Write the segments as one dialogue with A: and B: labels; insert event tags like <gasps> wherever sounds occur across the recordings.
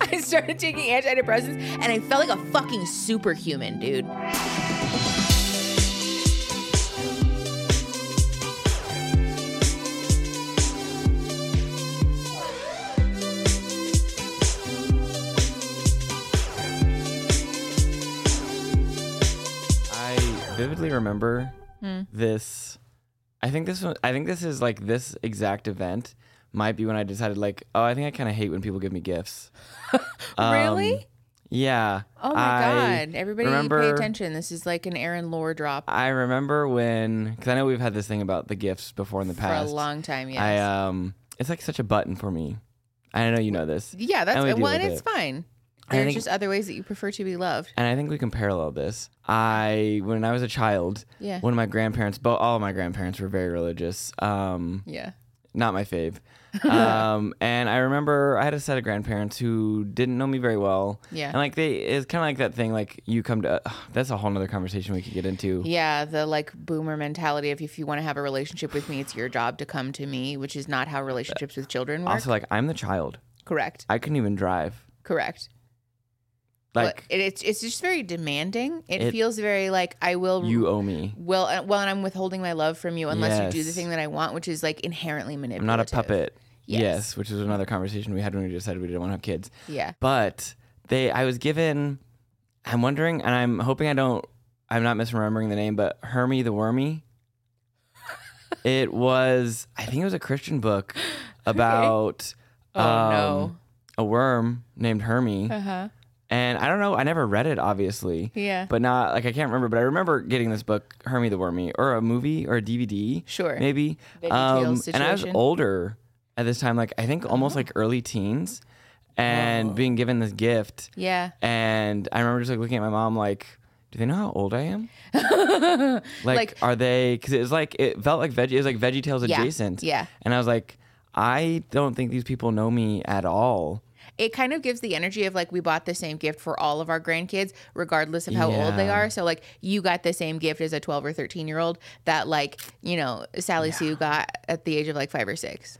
A: I started taking antidepressants and I felt like a fucking superhuman, dude.
B: I vividly remember
A: Hmm.
B: this. I think this one. I think this is like this exact event might be when I decided like, oh, I think I kind of hate when people give me gifts. Um,
A: <laughs> really?
B: Yeah.
A: Oh my
B: I
A: god! Everybody, pay
B: remember-
A: attention. This is like an Aaron lore drop
B: I remember when, because I know we've had this thing about the gifts before in the
A: for a
B: past.
A: long time. Yes.
B: I um, it's like such a button for me. I know you know this,
A: yeah, that's
B: and we
A: well,
B: deal
A: and
B: with
A: it's
B: it.
A: fine.
B: I
A: There's
B: think-
A: just other ways that you prefer to be loved.
B: and I think we can parallel this. I, when I was a child,
A: Yeah.
B: one of my grandparents, both all of my grandparents were very religious. Um,
A: Yeah.
B: not my fave. <laughs> um, and I remember I had a set of grandparents who didn't know me very well.
A: Yeah.
B: And like they, it's kind of like that thing, like you come to, <sighs> that's a whole nother conversation we could get into.
A: Yeah, the like boomer mentality of if you want to have a relationship with me, it's your job to come to me, which is not how relationships with children work.
B: Also, like I'm the child.
A: correct.
B: I couldn't even drive.
A: Correct. Like
B: Like
A: it, it's it's just very demanding. It,
B: It-
A: feels very like I will
B: you owe me.
A: well uh, well and I'm withholding my love from you unless you do the
B: Yes.
A: thing that I want, which is like inherently manipulative.
B: I'm not a puppet.
A: Yes.
B: Yes. which was another conversation we had when we decided we didn't want to have kids.
A: Yeah.
B: But they, I was given. I'm wondering, and I'm hoping I don't. I'm not misremembering the name, but Hermie
A: <laughs>
B: the Wormy. it was. I think it was a
A: <laughs>
B: Christian book about
A: Oh
B: um,
A: no.
B: a worm named Hermie.
A: Uh-huh.
B: And I don't know. I never read it, obviously.
A: Yeah.
B: But not like I can't remember. But I remember getting this book, Hermie the Wormy, or a movie or a DVD.
A: Sure.
B: Maybe. Um,
A: Veggie Tales
B: and I was
A: situation. Oh.
B: older at this time, like I think almost like early teens, and being given this gift.
A: Yeah.
B: And I remember just like looking at my mom, like, do they know how old I am? like,
A: <laughs> Like-
B: are they? Because it was like it felt like veggie. It was like Veggie Tales
A: Yeah,
B: adjacent.
A: yeah.
B: And I was like, I don't think these people know me at all.
A: It kind of gives the energy of like we bought the same gift for all of our grandkids, regardless of how old they
B: Yeah.
A: are. So like you got the same gift as a twelve or thirteen year old that like, you know, Sally Sue got at the age of like five or six.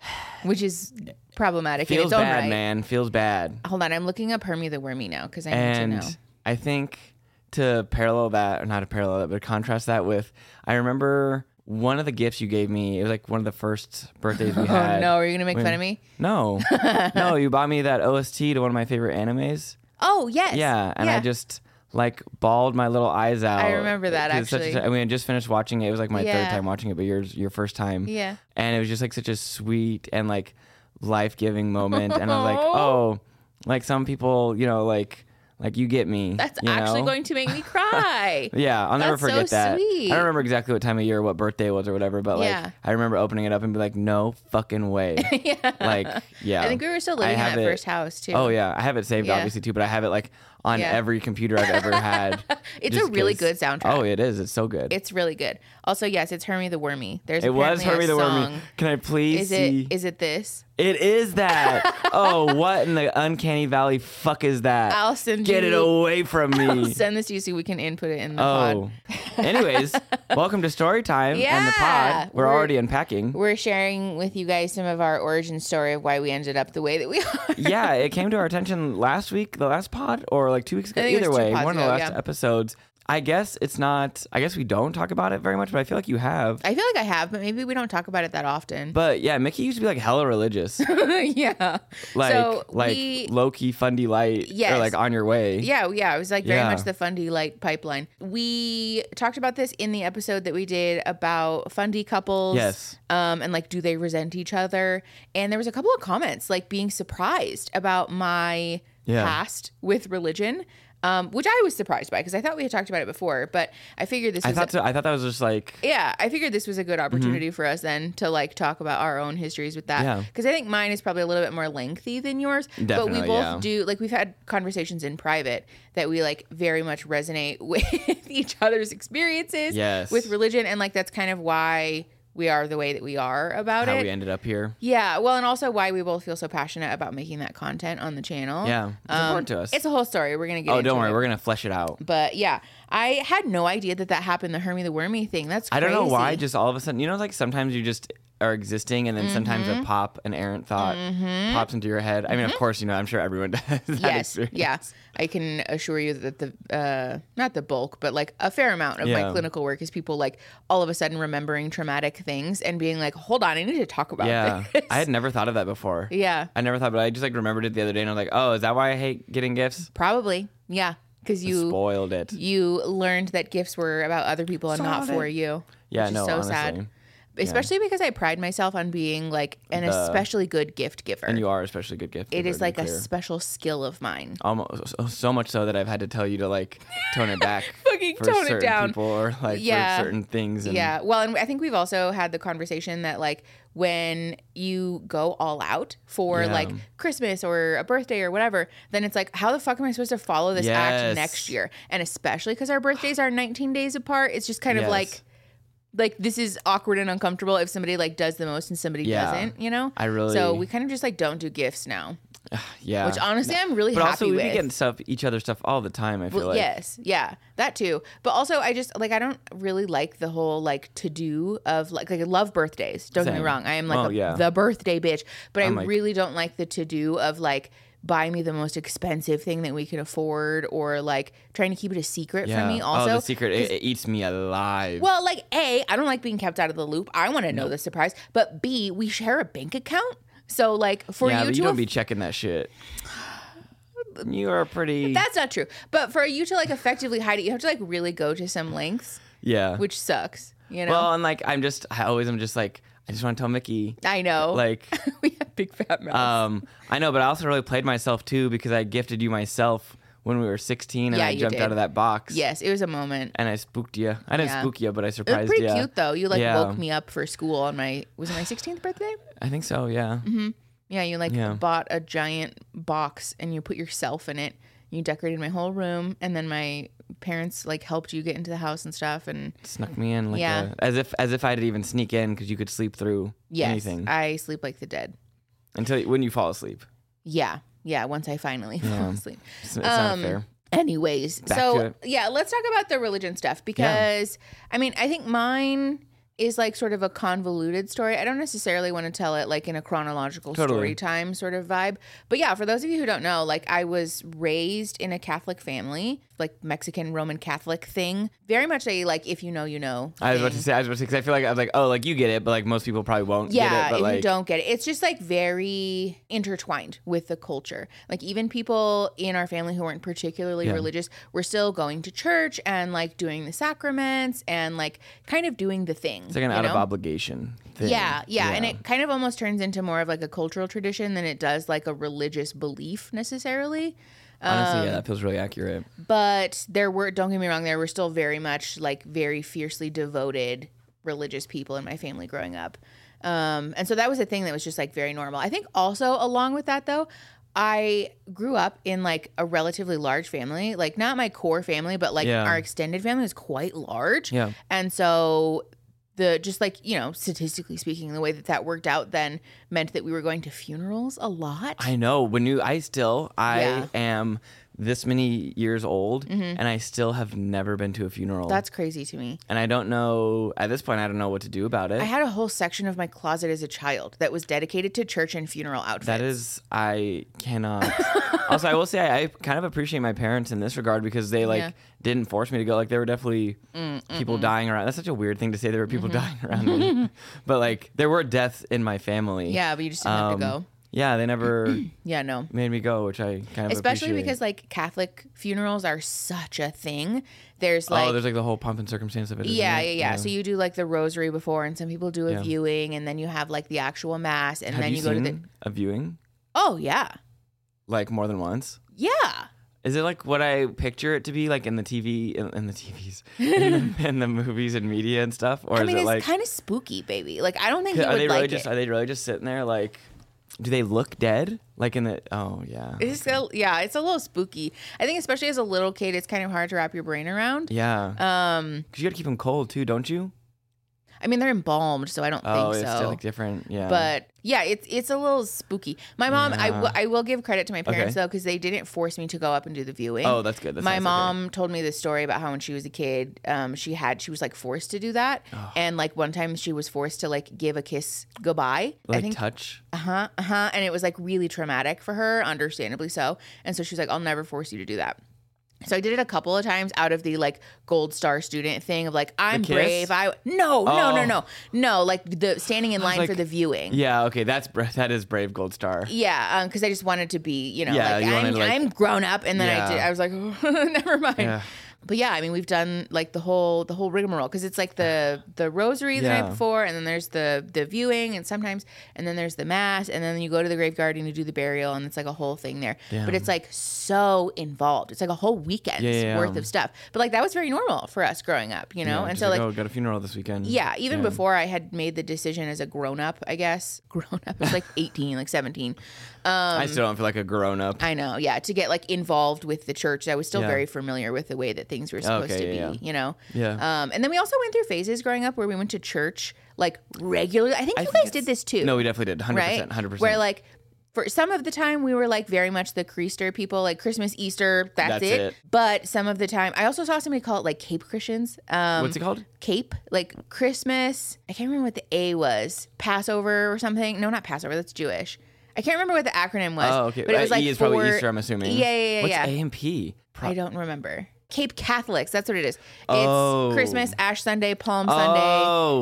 A: <sighs> Which is problematic in
B: Feels
A: its own
B: bad,
A: right.
B: man. Feels bad.
A: Hold on, I'm looking up Hermie the Wormy now because I need to know.
B: And I think to parallel that, or not to parallel that, but contrast that with, I remember one of the gifts you gave me. It was like one of the first birthdays
A: <laughs>
B: we had.
A: Oh, no, are you gonna make
B: when-
A: fun of me? <laughs>
B: No, no, you bought me that OST to one of my favorite animes.
A: Oh yes.
B: Yeah, and I just like bawled my little eyes out.
A: remember that,
B: 'Cause it's such a-
A: actually.
B: I mean, I just finished watching it. It was like my
A: Yeah.
B: third time watching it, but yours, your first time.
A: Yeah.
B: And it was just like such a sweet and like life giving moment. and I
A: <laughs>
B: was like, oh, like some people, you know, like like you get me.
A: That's
B: you
A: actually
B: know?
A: going to
B: <laughs>
A: make me cry. <laughs>
B: Yeah, I'll never
A: That's so
B: forget that.
A: sweet.
B: I don't remember exactly what time of year, what birthday it was, or whatever, but like
A: Yeah.
B: I remember opening it up and be like, "No fucking way!"
A: <laughs> yeah.
B: like, yeah.
A: I think we were still
B: I
A: living in
B: have
A: that
B: it-
A: first house too.
B: Oh yeah, I have it saved
A: Yeah.
B: obviously too, but I have it like on
A: Yeah.
B: every computer I've ever had.
A: <laughs> It's
B: just
A: a really
B: 'cause-
A: good soundtrack.
B: Oh, it is. It's so good.
A: It's really good. Also, yes, it's Hermie the Wormy. There's
B: it was
A: apparently
B: Herbie
A: a
B: the Wormy.
A: song.
B: Can I please
A: Is
B: see?
A: it is it this?
B: it
A: <laughs>
B: is that. oh, what in the uncanny valley? Fuck is that?
A: I'll send
B: Get it
A: you-
B: away from
A: I'll
B: me.
A: send this to you so we can input it in the pod.
B: E. Oh.
A: <laughs>
B: Anyways, welcome to story time and the
A: Yeah,
B: pod. We're,
A: we're- <laughs>
B: already unpacking.
A: We're sharing with you guys some of our origin story of why we ended up the way that we <laughs> are.
B: yeah, it came to our attention last week, the last pod, or like two weeks ago.
A: I think it was
B: Either
A: two
B: way,
A: pods
B: one of the
A: ago,
B: last
A: yeah.
B: episodes. I guess it's not. I guess we don't talk about it very much, but I feel like you have.
A: I feel like I have, but maybe we don't talk about it that often.
B: But yeah, Mickey used to be like hella religious,
A: <laughs> yeah.
B: like
A: so
B: like
A: we,
B: low key fundy light,
A: Yes.
B: or like on your way.
A: Yeah, oh, yeah. It was like very
B: Yeah.
A: much the Fundy Light pipeline. We talked about this in the episode that we did about Fundy couples.
B: Yes.
A: Um, and like, do they resent each other? And there was a couple of comments like being surprised about my
B: Yeah.
A: past with religion, um, which I was surprised by because I thought we had talked about it before, but I figured this
B: I
A: was.
B: thought so, I thought that was just like
A: yeah, I figured this was a good
B: Mm-hmm.
A: opportunity for us then to like talk about our own histories with
B: Yeah.
A: that because I think mine is probably a little bit more lengthy than yours. but we
B: Definitely,
A: both
B: yeah.
A: do like we've had conversations in private that we like very much resonate <laughs> with each other's experiences
B: Yes.
A: with religion and like that's kind of why we are the way that we are about
B: how
A: it.
B: we ended up here.
A: yeah, well, and also why we both feel so passionate about making that content on the channel.
B: Yeah, it's
A: Um,
B: important to us.
A: It's a whole story. We're gonna get.
B: oh,
A: into
B: don't worry,
A: it.
B: we're gonna flesh it out.
A: But yeah, I had no idea that that happened. The Hermie the Wormy thing. That's
B: I don't know why.
A: crazy.
B: Just all of a sudden, you know, like sometimes you just are existing, and then sometimes
A: Mm-hmm.
B: a pop, an errant thought pops into your head. I mean, of course, you know, I'm sure everyone <laughs> does that
A: yes. <laughs>
B: experience.
A: Yeah. I can assure you that the, uh, not the bulk, but like a fair amount of
B: Yeah.
A: my clinical work is people like all of a sudden remembering traumatic things and being like, hold on, I need to talk about
B: Yeah.
A: this. <laughs>
B: I had never thought of that before.
A: yeah.
B: I never thought, but I just like remembered it the other day, and I was like, oh, is that why I hate getting gifts?
A: Probably. Yeah. Cause you,
B: Spoiled it.
A: you learned that gifts were about other people and not
B: Stop
A: for
B: it.
A: you.
B: Yeah,
A: which is
B: no,
A: so
B: honestly.
A: sad. Especially because I pride myself on being like an
B: The-
A: especially good gift giver.
B: And you are especially good gift.
A: it
B: giver,
A: is
B: to be
A: like a
B: clear.
A: special skill of mine.
B: almost oh, so, so much so that I've had to tell you to like tone it back,
A: <laughs> Fucking
B: for
A: tone it
B: certain
A: down.
B: people or like
A: Yeah.
B: for certain things. And
A: Yeah. Well, and I think we've also had the conversation that like when you go all out for
B: Yeah.
A: like Christmas or a birthday or whatever, then it's like, how the fuck am I supposed to follow this act
B: Yes.
A: next year? And especially because our birthdays are 19 days apart, it's just kind of
B: Yes.
A: like, like this is awkward and uncomfortable if somebody like does the most and somebody
B: Yeah.
A: doesn't, you know.
B: I really-
A: So we kind of just like don't do gifts now,
B: yeah.
A: which honestly I'm really
B: but
A: happy
B: also we
A: with.
B: be getting stuff each other stuff all the time. I feel
A: Well,
B: like
A: yes, yeah, that too. But also, I just like I don't really like the whole like to do of like like I love birthdays. Don't get me
B: Same.
A: wrong, I am like
B: Oh,
A: a-
B: yeah.
A: the birthday bitch. But i
B: I'm like-
A: really don't like the to do of like buy me the most expensive thing that we can afford or like trying to keep it a secret
B: yeah.
A: from me. Also,
B: oh, the secret it, it eats me alive.
A: well, like A, I don't like being kept out of the loop. I want to know the surprise. But B, we share a bank account. So like for
B: yeah,
A: you
B: but
A: to
B: you don't
A: aff-
B: be checking that shit. You are pretty.
A: that's not true. But for you to like effectively hide it, you have to like really go to some lengths,
B: yeah.
A: which sucks. You know?
B: well, and like I'm just I always I'm just like I just want to tell Mickey
A: I know.
B: like
A: <laughs> we have big fat mouths.
B: Um, I know, but I also really played myself too because I gifted you myself when we were 16 and
A: Yeah,
B: I
A: you
B: jumped
A: did.
B: out of that box.
A: yes, it was a moment.
B: And I spooked you. I didn't
A: Yeah.
B: spook you, but I
A: It was
B: surprised
A: pretty
B: you.
A: cute though. You like
B: Yeah.
A: woke me up for school on my was it my 16th birthday?
B: I think so, yeah.
A: Mm-hmm. Yeah, you like
B: Yeah.
A: bought a giant box and you put yourself in it. You decorated my whole room and then my parents like helped you get into the house and stuff and
B: Snuck me in like
A: Yeah.
B: a, as if as if I'd even sneak in because you could sleep through
A: yes,
B: anything
A: I sleep like the dead.
B: until when you fall asleep.
A: Yeah. Yeah, once I finally <laughs> fall asleep.
B: It's, it's
A: Um,
B: not fair.
A: Anyways, so
B: to it.
A: yeah, let's talk about the religion stuff because I mean, I think mine is like sort of a convoluted story. I don't necessarily want to tell it like in a chronological
B: Totally.
A: story time sort of vibe. But yeah, for those of you who don't know, like I was raised in a Catholic family, like Mexican Roman Catholic thing. Very much a like if you know, you know.
B: I was about to say, I was about to say, 'cause I feel like I was like, oh, like you get it, but like most people probably won't
A: Yeah,
B: get it. But
A: if
B: like,
A: you don't get it, it's just like very intertwined with the culture. Like even people in our family who weren't particularly religious were still going to church and like doing the sacraments and like kind of doing the thing.
B: it's like an
A: you
B: out of
A: know?
B: obligation thing.
A: Yeah, yeah, and it kind of almost turns into more of like a cultural tradition than it does like a religious belief necessarily.
B: honestly,
A: um,
B: yeah, that feels really accurate.
A: But there were, don't get me wrong, there were still very much like very fiercely devoted religious people in my family growing up. Um, and so that was a thing that was just like very normal. I think also along with that though, I grew up in like a relatively large family, like not my core family, but like
B: Yeah.
A: our extended family was quite large.
B: Yeah.
A: And so the just like, you know, statistically speaking, the way that that worked out then meant that we were going to funerals a lot.
B: I know. When you, I still, I
A: Yeah. Mm-hmm.
B: am this many years old, and I still have never been to a funeral.
A: That's crazy to me.
B: and I don't know. At this point, I don't know what to do about it.
A: I had a whole section of my closet as a child that was dedicated to church and funeral outfits.
B: that is, I cannot. also, I will say, I, I kind of appreciate my parents in this regard because they like
A: Yeah. Mm,
B: didn't force me to go. Like, there were definitely people dying around. That's such a weird thing to say. There were people
A: Mm-hmm.
B: dying
A: <laughs>
B: around me, but like, there were deaths in my family.
A: yeah, but you just didn't have
B: Um,
A: to go.
B: Yeah,
A: <clears throat>
B: they never
A: Yeah, no.
B: made me go, which I kind of
A: Especially
B: appreciate.
A: because like Catholic funerals are such a thing. There's like
B: oh, there's like the whole pomp and circumstance of it. isn't
A: yeah,
B: it?
A: yeah, yeah, So you do like the rosary before, and some people do a
B: Yeah.
A: viewing, and then you have like the actual mass, and
B: Have
A: then
B: you,
A: you, go
B: seen
A: to the
B: a viewing
A: oh yeah,
B: like more than once?
A: yeah.
B: Is it like what I picture it to be, like in the TV, in, in
A: <laughs>
B: the TVs, in, the, in the movies and media and stuff, or
A: I
B: is
A: mean,
B: it
A: it's
B: like
A: kind of spooky, baby. Like I don't think you
B: are
A: would
B: they
A: like
B: really
A: it.
B: just are they really just sitting there like? Do they look dead? Like in the oh yeah
A: it's a, yeah, it's a little spooky. I think especially as a little kid, it's kind of hard to wrap your brain around.
B: yeah um because you gotta keep them cold too, don't you?
A: I I mean, they're embalmed, so I don't
B: Oh,
A: think
B: it's
A: so.
B: still like different. Yeah.
A: but yeah, it's it's a little spooky. My mom, I I, w- I will give credit to my parents
B: Okay.
A: though, because they didn't force me to go up and do the viewing.
B: oh, that's good. That's
A: my
B: nice, okay.
A: mom told me this story about how when she was a kid, um, she had she was like forced to do that, and like one time she was forced to like give a kiss goodbye. I
B: like
A: think
B: touch.
A: uh huh, uh huh. And it was like really traumatic for her, understandably so. And so she's like, I'll never force you to do that. So I did it a couple of times out of the like gold star student thing of like, I'm
B: kiss?
A: brave. I no, no, no,
B: Oh.
A: no, no. Like the standing in line for
B: like,
A: the viewing.
B: Yeah. Okay. That's bra- that is brave gold star.
A: Yeah, because I just wanted to be, you know,
B: Yeah,
A: like,
B: you
A: I'm,
B: wanted to, like-
A: I'm grown up, and then I
B: Yeah.
A: did. I was like, <laughs> never mind.
B: Yeah.
A: But yeah, I mean, we've done like the whole the whole rigmarole because it's like the the rosary the night
B: Yeah.
A: before, and then there's the the viewing, and sometimes, and then there's the mass, and then you go to the graveyard and you do the burial, and it's like a whole thing there. But
B: Damn.
A: it's like so involved. It's like a whole weekend's
B: Yeah, yeah,
A: worth
B: yeah.
A: of stuff. But like that was very normal for us growing up, you know.
B: Yeah,
A: and
B: just
A: so like
B: oh, got a funeral this weekend.
A: yeah, even
B: Yeah.
A: before I had made the decision as a grown up, I guess. <laughs> Grown up. It's like 18, like 17. Um,
B: I still don't feel like a grown up.
A: I know, yeah, to get like involved with the church. I was still
B: Yeah.
A: very familiar with the way that things were supposed
B: Okay,
A: to
B: yeah,
A: be,
B: yeah.
A: you know?
B: Yeah.
A: Um, and then we also went through phases growing up where we went to church like regularly. I think you guys did this too.
B: No, we definitely did. Hundred
A: right?
B: percent. Hundred percent.
A: Where like for some of the time we were like very much the Creaster people, like Christmas, Easter, that's,
B: That's
A: it.
B: it.
A: But some of the time, I also saw somebody call it like Cape Christians. Um,
B: What's it called?
A: Cape, like Christmas. I can't remember what the A was. Passover or something. No, not Passover. That's Jewish. I can't remember what the acronym was.
B: Oh, okay.
A: But it was
B: Uh,
A: like
B: E is probably
A: for-
B: Easter. I'm assuming.
A: Yeah, yeah, yeah,
B: What's
A: yeah.
B: A and P? Pro-
A: I don't remember. Cape Catholics. That's what it is. It's
B: Oh.
A: Christmas, Ash Sunday, Palm
B: Oh.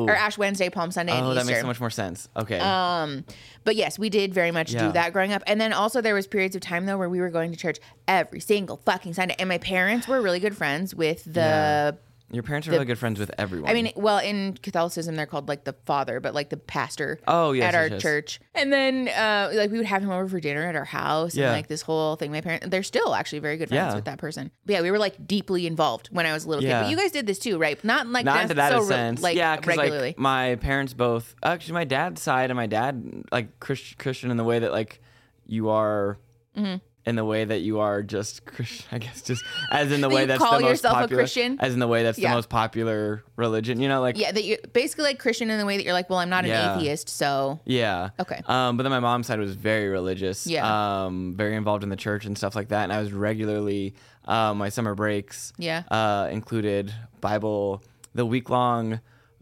A: Sunday, or Ash Wednesday, Palm Sunday, and
B: oh,
A: Easter.
B: that makes so much more sense. Okay.
A: Um, but yes, we did very much do
B: Yeah.
A: that growing up. And then also there was periods of time though where we were going to church every single fucking Sunday. And my parents were really good friends with the
B: Yeah. Your parents are really good friends with everyone.
A: I mean, well, in Catholicism they're called like the father, but like the pastor
B: Oh, yes,
A: at
B: yes,
A: our
B: yes.
A: church. And then uh like we would have him over for dinner at our house
B: Yeah.
A: and like this whole thing. My parents they're still actually very good friends
B: Yeah.
A: with that person. But yeah, we were like deeply involved when I was a little
B: Yeah.
A: kid. But you guys did this too, right? Not like
B: not to that
A: so re-
B: sense.
A: like
B: yeah, because
A: regularly.
B: like my parents both actually my dad's side and my dad like Christ, Christian in the way that like you are
A: Mm-hmm.
B: in the way that you are just Christian. <laughs> I guess just as in the way
A: you
B: that's
A: call
B: the most
A: yourself a
B: popular,
A: Christian?
B: As in the way that's
A: Yeah.
B: the most popular religion. You know, like
A: yeah, that you basically like Christian in the way that you're like, well, I'm not an
B: Yeah.
A: atheist, so
B: Yeah.
A: Okay.
B: Um, but then my mom's side was very religious.
A: Yeah.
B: Um, very involved in the church and stuff like that. And I was regularly, uh, my summer breaks.
A: Yeah.
B: Uh, included Bible, the week long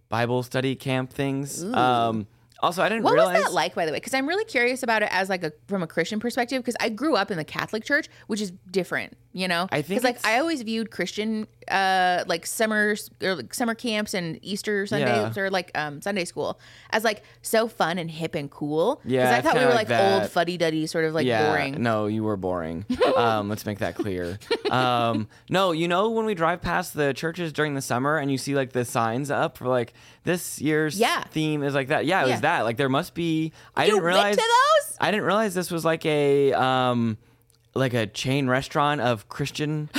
B: Bible study camp things. Um, also I didn't
A: What
B: realize.
A: was that like, by the way? Because I'm really curious about it as like a from a Christian perspective. Because I grew up in the Catholic Church, which is different, you know.
B: I think
A: 'Cause, like
B: it's-
A: I always viewed Christian uh like summer or like summer camps and Easter Sundays
B: Yeah.
A: or like um Sunday school as like so fun and hip and cool.
B: Yeah,
A: I
B: it's
A: thought we
B: kinda
A: were like
B: like
A: old
B: that.
A: fuddy duddy, sort of like
B: yeah,
A: boring.
B: No, you were
A: <laughs>
B: boring. um, let's make that clear. Um, no, you know when we drive past the churches during the summer and you see like the signs up for like this year's
A: Yeah.
B: theme is like that. Yeah, it
A: Yeah.
B: was that. Like there must be. I
A: You
B: didn't
A: went to
B: realize
A: those?
B: I didn't realize this was like a um, like a chain restaurant of Christian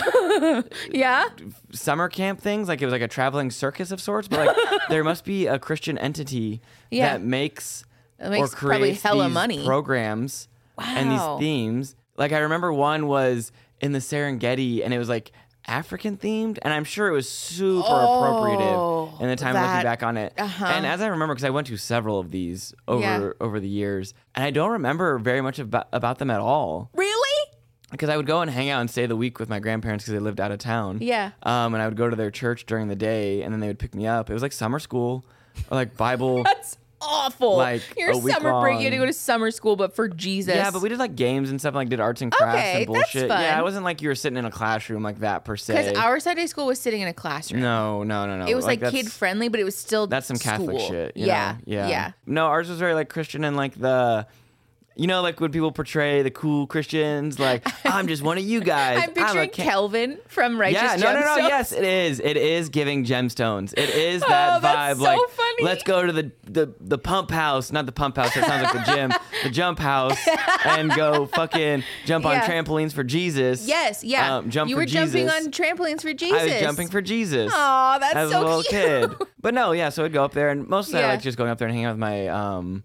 A: Yeah,
B: summer camp things. Like it was like a traveling circus of sorts. But
A: <laughs>
B: like there must be a Christian entity
A: Yeah.
B: that makes,
A: That makes
B: or
A: probably
B: creates
A: hella
B: these
A: money.
B: programs and
A: Wow.
B: these themes. Like I remember one was in the Serengeti, and it was like African themed, and I'm sure it was super appropriative in the time
A: Oh, that- Uh-huh.
B: looking back on it. And as I remember, because I went to several of these over
A: Yeah.
B: over the years, and I don't remember very much about, about them at all
A: really?
B: because I would go and hang out and stay the week with my grandparents because they lived out of town.
A: Yeah.
B: Um, and I would go to their church during the day, and then they would pick me up. It was like summer school, or
A: <laughs>
B: like Bible.
A: That's awful.
B: Like,
A: your
B: a week
A: summer break, you had to
B: long.
A: go to summer school, but for Jesus.
B: yeah, but we did like games and stuff, and, like did arts and crafts
A: Okay,
B: and
A: that's
B: bullshit.
A: fun.
B: Yeah, it wasn't like you were sitting in a classroom like that per se.
A: because our Sunday school was sitting in a classroom.
B: no, no, no, no.
A: It was like,
B: that's-
A: kid friendly, but it was still
B: That's some Catholic
A: school.
B: shit. you
A: yeah,
B: know? yeah,
A: yeah.
B: No, ours was very like Christian and like the. You know, like when people portray the cool
A: <laughs>
B: Christians, like I'm just one of you guys.
A: I'm
B: a
A: picturing
B: ca-
A: Kelvin from Righteous
B: yeah, no, no, no.
A: Gemstones.
B: Yes, it is. It is giving gemstones. It is that
A: Oh, that's so
B: vibe. like,
A: funny.
B: let's go to the, the the pump house, not the pump house. That sounds like
A: <laughs>
B: the gym. The jump house, and go fucking jump
A: Yeah.
B: on trampolines for Jesus.
A: Yes, yeah.
B: Um, jump
A: you
B: for
A: were jumping
B: Jesus.
A: on trampolines for Jesus.
B: I was jumping for Jesus.
A: Aw, that's
B: as
A: so
B: a little
A: cute.
B: kid. But no, yeah. So I'd go up there, and mostly
A: Yeah.
B: I like just going up there and hanging out with my um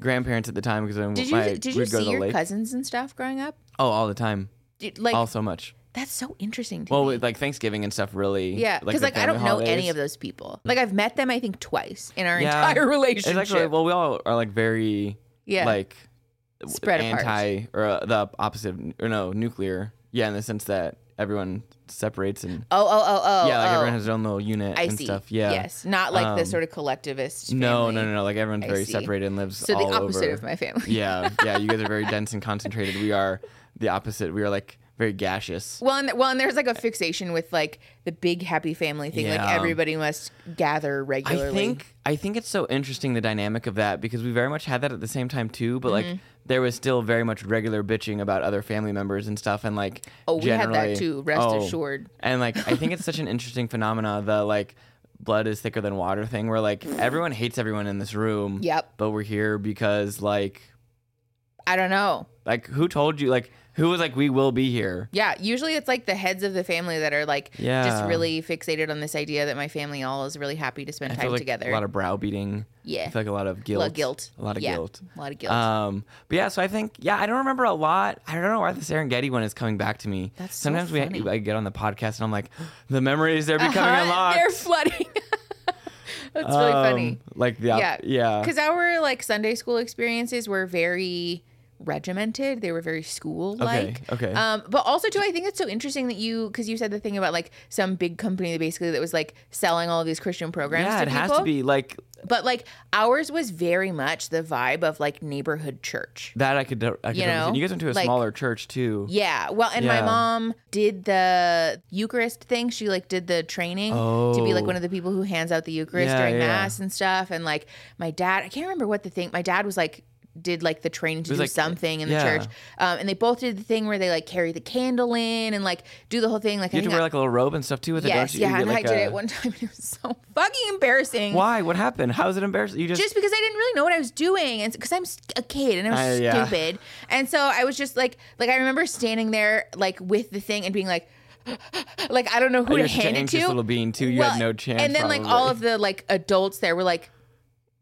B: grandparents at the time because
A: <laughs> Did you
B: my,
A: did you
B: we'd go to
A: see
B: the
A: your
B: lake.
A: cousins and stuff growing up?
B: Oh, all the time,
A: Did, like
B: all so much.
A: That's so interesting to
B: Well,
A: me.
B: with like Thanksgiving and stuff, really.
A: yeah, because
B: the
A: like, I
B: family
A: don't know
B: holidays.
A: any of those people. Like I've met them, I think twice in our
B: Yeah.
A: entire <laughs> relationship.
B: It's actually well, we all are like very
A: yeah,
B: like
A: Spread apart.
B: anti or uh, the opposite of n- or no nuclear. Yeah, in the sense that everyone separates and
A: oh, oh, oh, oh,
B: yeah, like
A: oh.
B: everyone has their own little unit
A: I
B: and
A: see.
B: stuff. Yeah.
A: yes, not like the
B: Um,
A: sort of collectivist. Family.
B: No, no, no, no. Like everyone's
A: I
B: very
A: see.
B: separated and lives
A: So
B: all
A: the opposite
B: over.
A: of my family. <laughs>
B: yeah, yeah. You guys are very dense and concentrated. We are the opposite. We are like very gaseous.
A: Well, and, well, and there's like a fixation with like the big happy family thing. Like
B: Yeah.
A: everybody must gather
B: I
A: regularly.
B: think I think it's so interesting the dynamic of that because we very much had that at the same time too, but
A: Mm-hmm.
B: like there was still very much regular bitching about other family members and stuff and like
A: Oh, we had that
B: generally- Oh.
A: too, rest assured.
B: And like I
A: <laughs>
B: think it's such an interesting phenomena the like blood is thicker than water thing where like everyone hates everyone in this room.
A: Mm-hmm. Yep.
B: But we're here because like
A: I don't know.
B: like who told you like who was like we will be here?
A: Yeah, usually it's like the heads of the family that are like just
B: Yeah.
A: really fixated on this idea that my family all is really happy to spend
B: I
A: time
B: feel like
A: together.
B: a lot of browbeating.
A: Yeah.
B: I feel like a lot of
A: A
B: guilt.
A: lot of guilt.
B: A lot of
A: Yeah,
B: guilt.
A: A lot of guilt.
B: Um, but yeah, so I think yeah, I don't remember a lot. I don't know why the Serengeti one is coming back to me.
A: That's so
B: sometimes
A: funny.
B: we I get on the podcast and I'm like, <gasps> the memories they're becoming
A: Uh-huh, <laughs>
B: unlocked.
A: They're flooding. <laughs> That's really funny.
B: Um, Like the op-
A: Yeah.
B: yeah, yeah,
A: Because our like Sunday school experiences were very regimented. They were very school like.
B: Okay, okay.
A: Um, but also too, I think it's so interesting that you because you said the thing about like some big company that basically that was like selling all these Christian programs.
B: yeah.
A: to
B: It has
A: people.
B: to be like
A: But like ours was very much the vibe of like neighborhood church.
B: that. I could. I could
A: You
B: you,
A: know,
B: you guys went to a
A: like-
B: smaller church too.
A: Yeah. Well, and my
B: Yeah.
A: mom did the Eucharist thing. She like did the training to be like
B: Oh.
A: one of the people who hands out the Eucharist
B: Yeah,
A: during
B: yeah.
A: mass and stuff. And like my dad, I can't remember what the thing. My dad was like did like the training to do
B: was like-
A: something in
B: yeah.
A: the church. Um, and they both did the thing where they like carry the candle in and like do the whole thing. Like I
B: You had to
A: think
B: wear
A: I-
B: like a little robe and stuff too with it.
A: yes,
B: don't you? You
A: yeah.
B: get,
A: And
B: like,
A: I did
B: a-
A: it one <laughs> time. and It was so fucking embarrassing.
B: Why? What happened? How is it embarrassing? You just,
A: just because I didn't really know what I was doing, and because I'm s- a kid and I was
B: Uh, yeah.
A: stupid, and so I was just like, like I remember standing there like with the thing and being like, <gasps> like I don't know who
B: you're
A: to
B: such
A: hand
B: an
A: it
B: anxious
A: to.
B: little being too. You
A: Well,
B: had no chance.
A: And then like
B: probably.
A: all of the like adults there were like.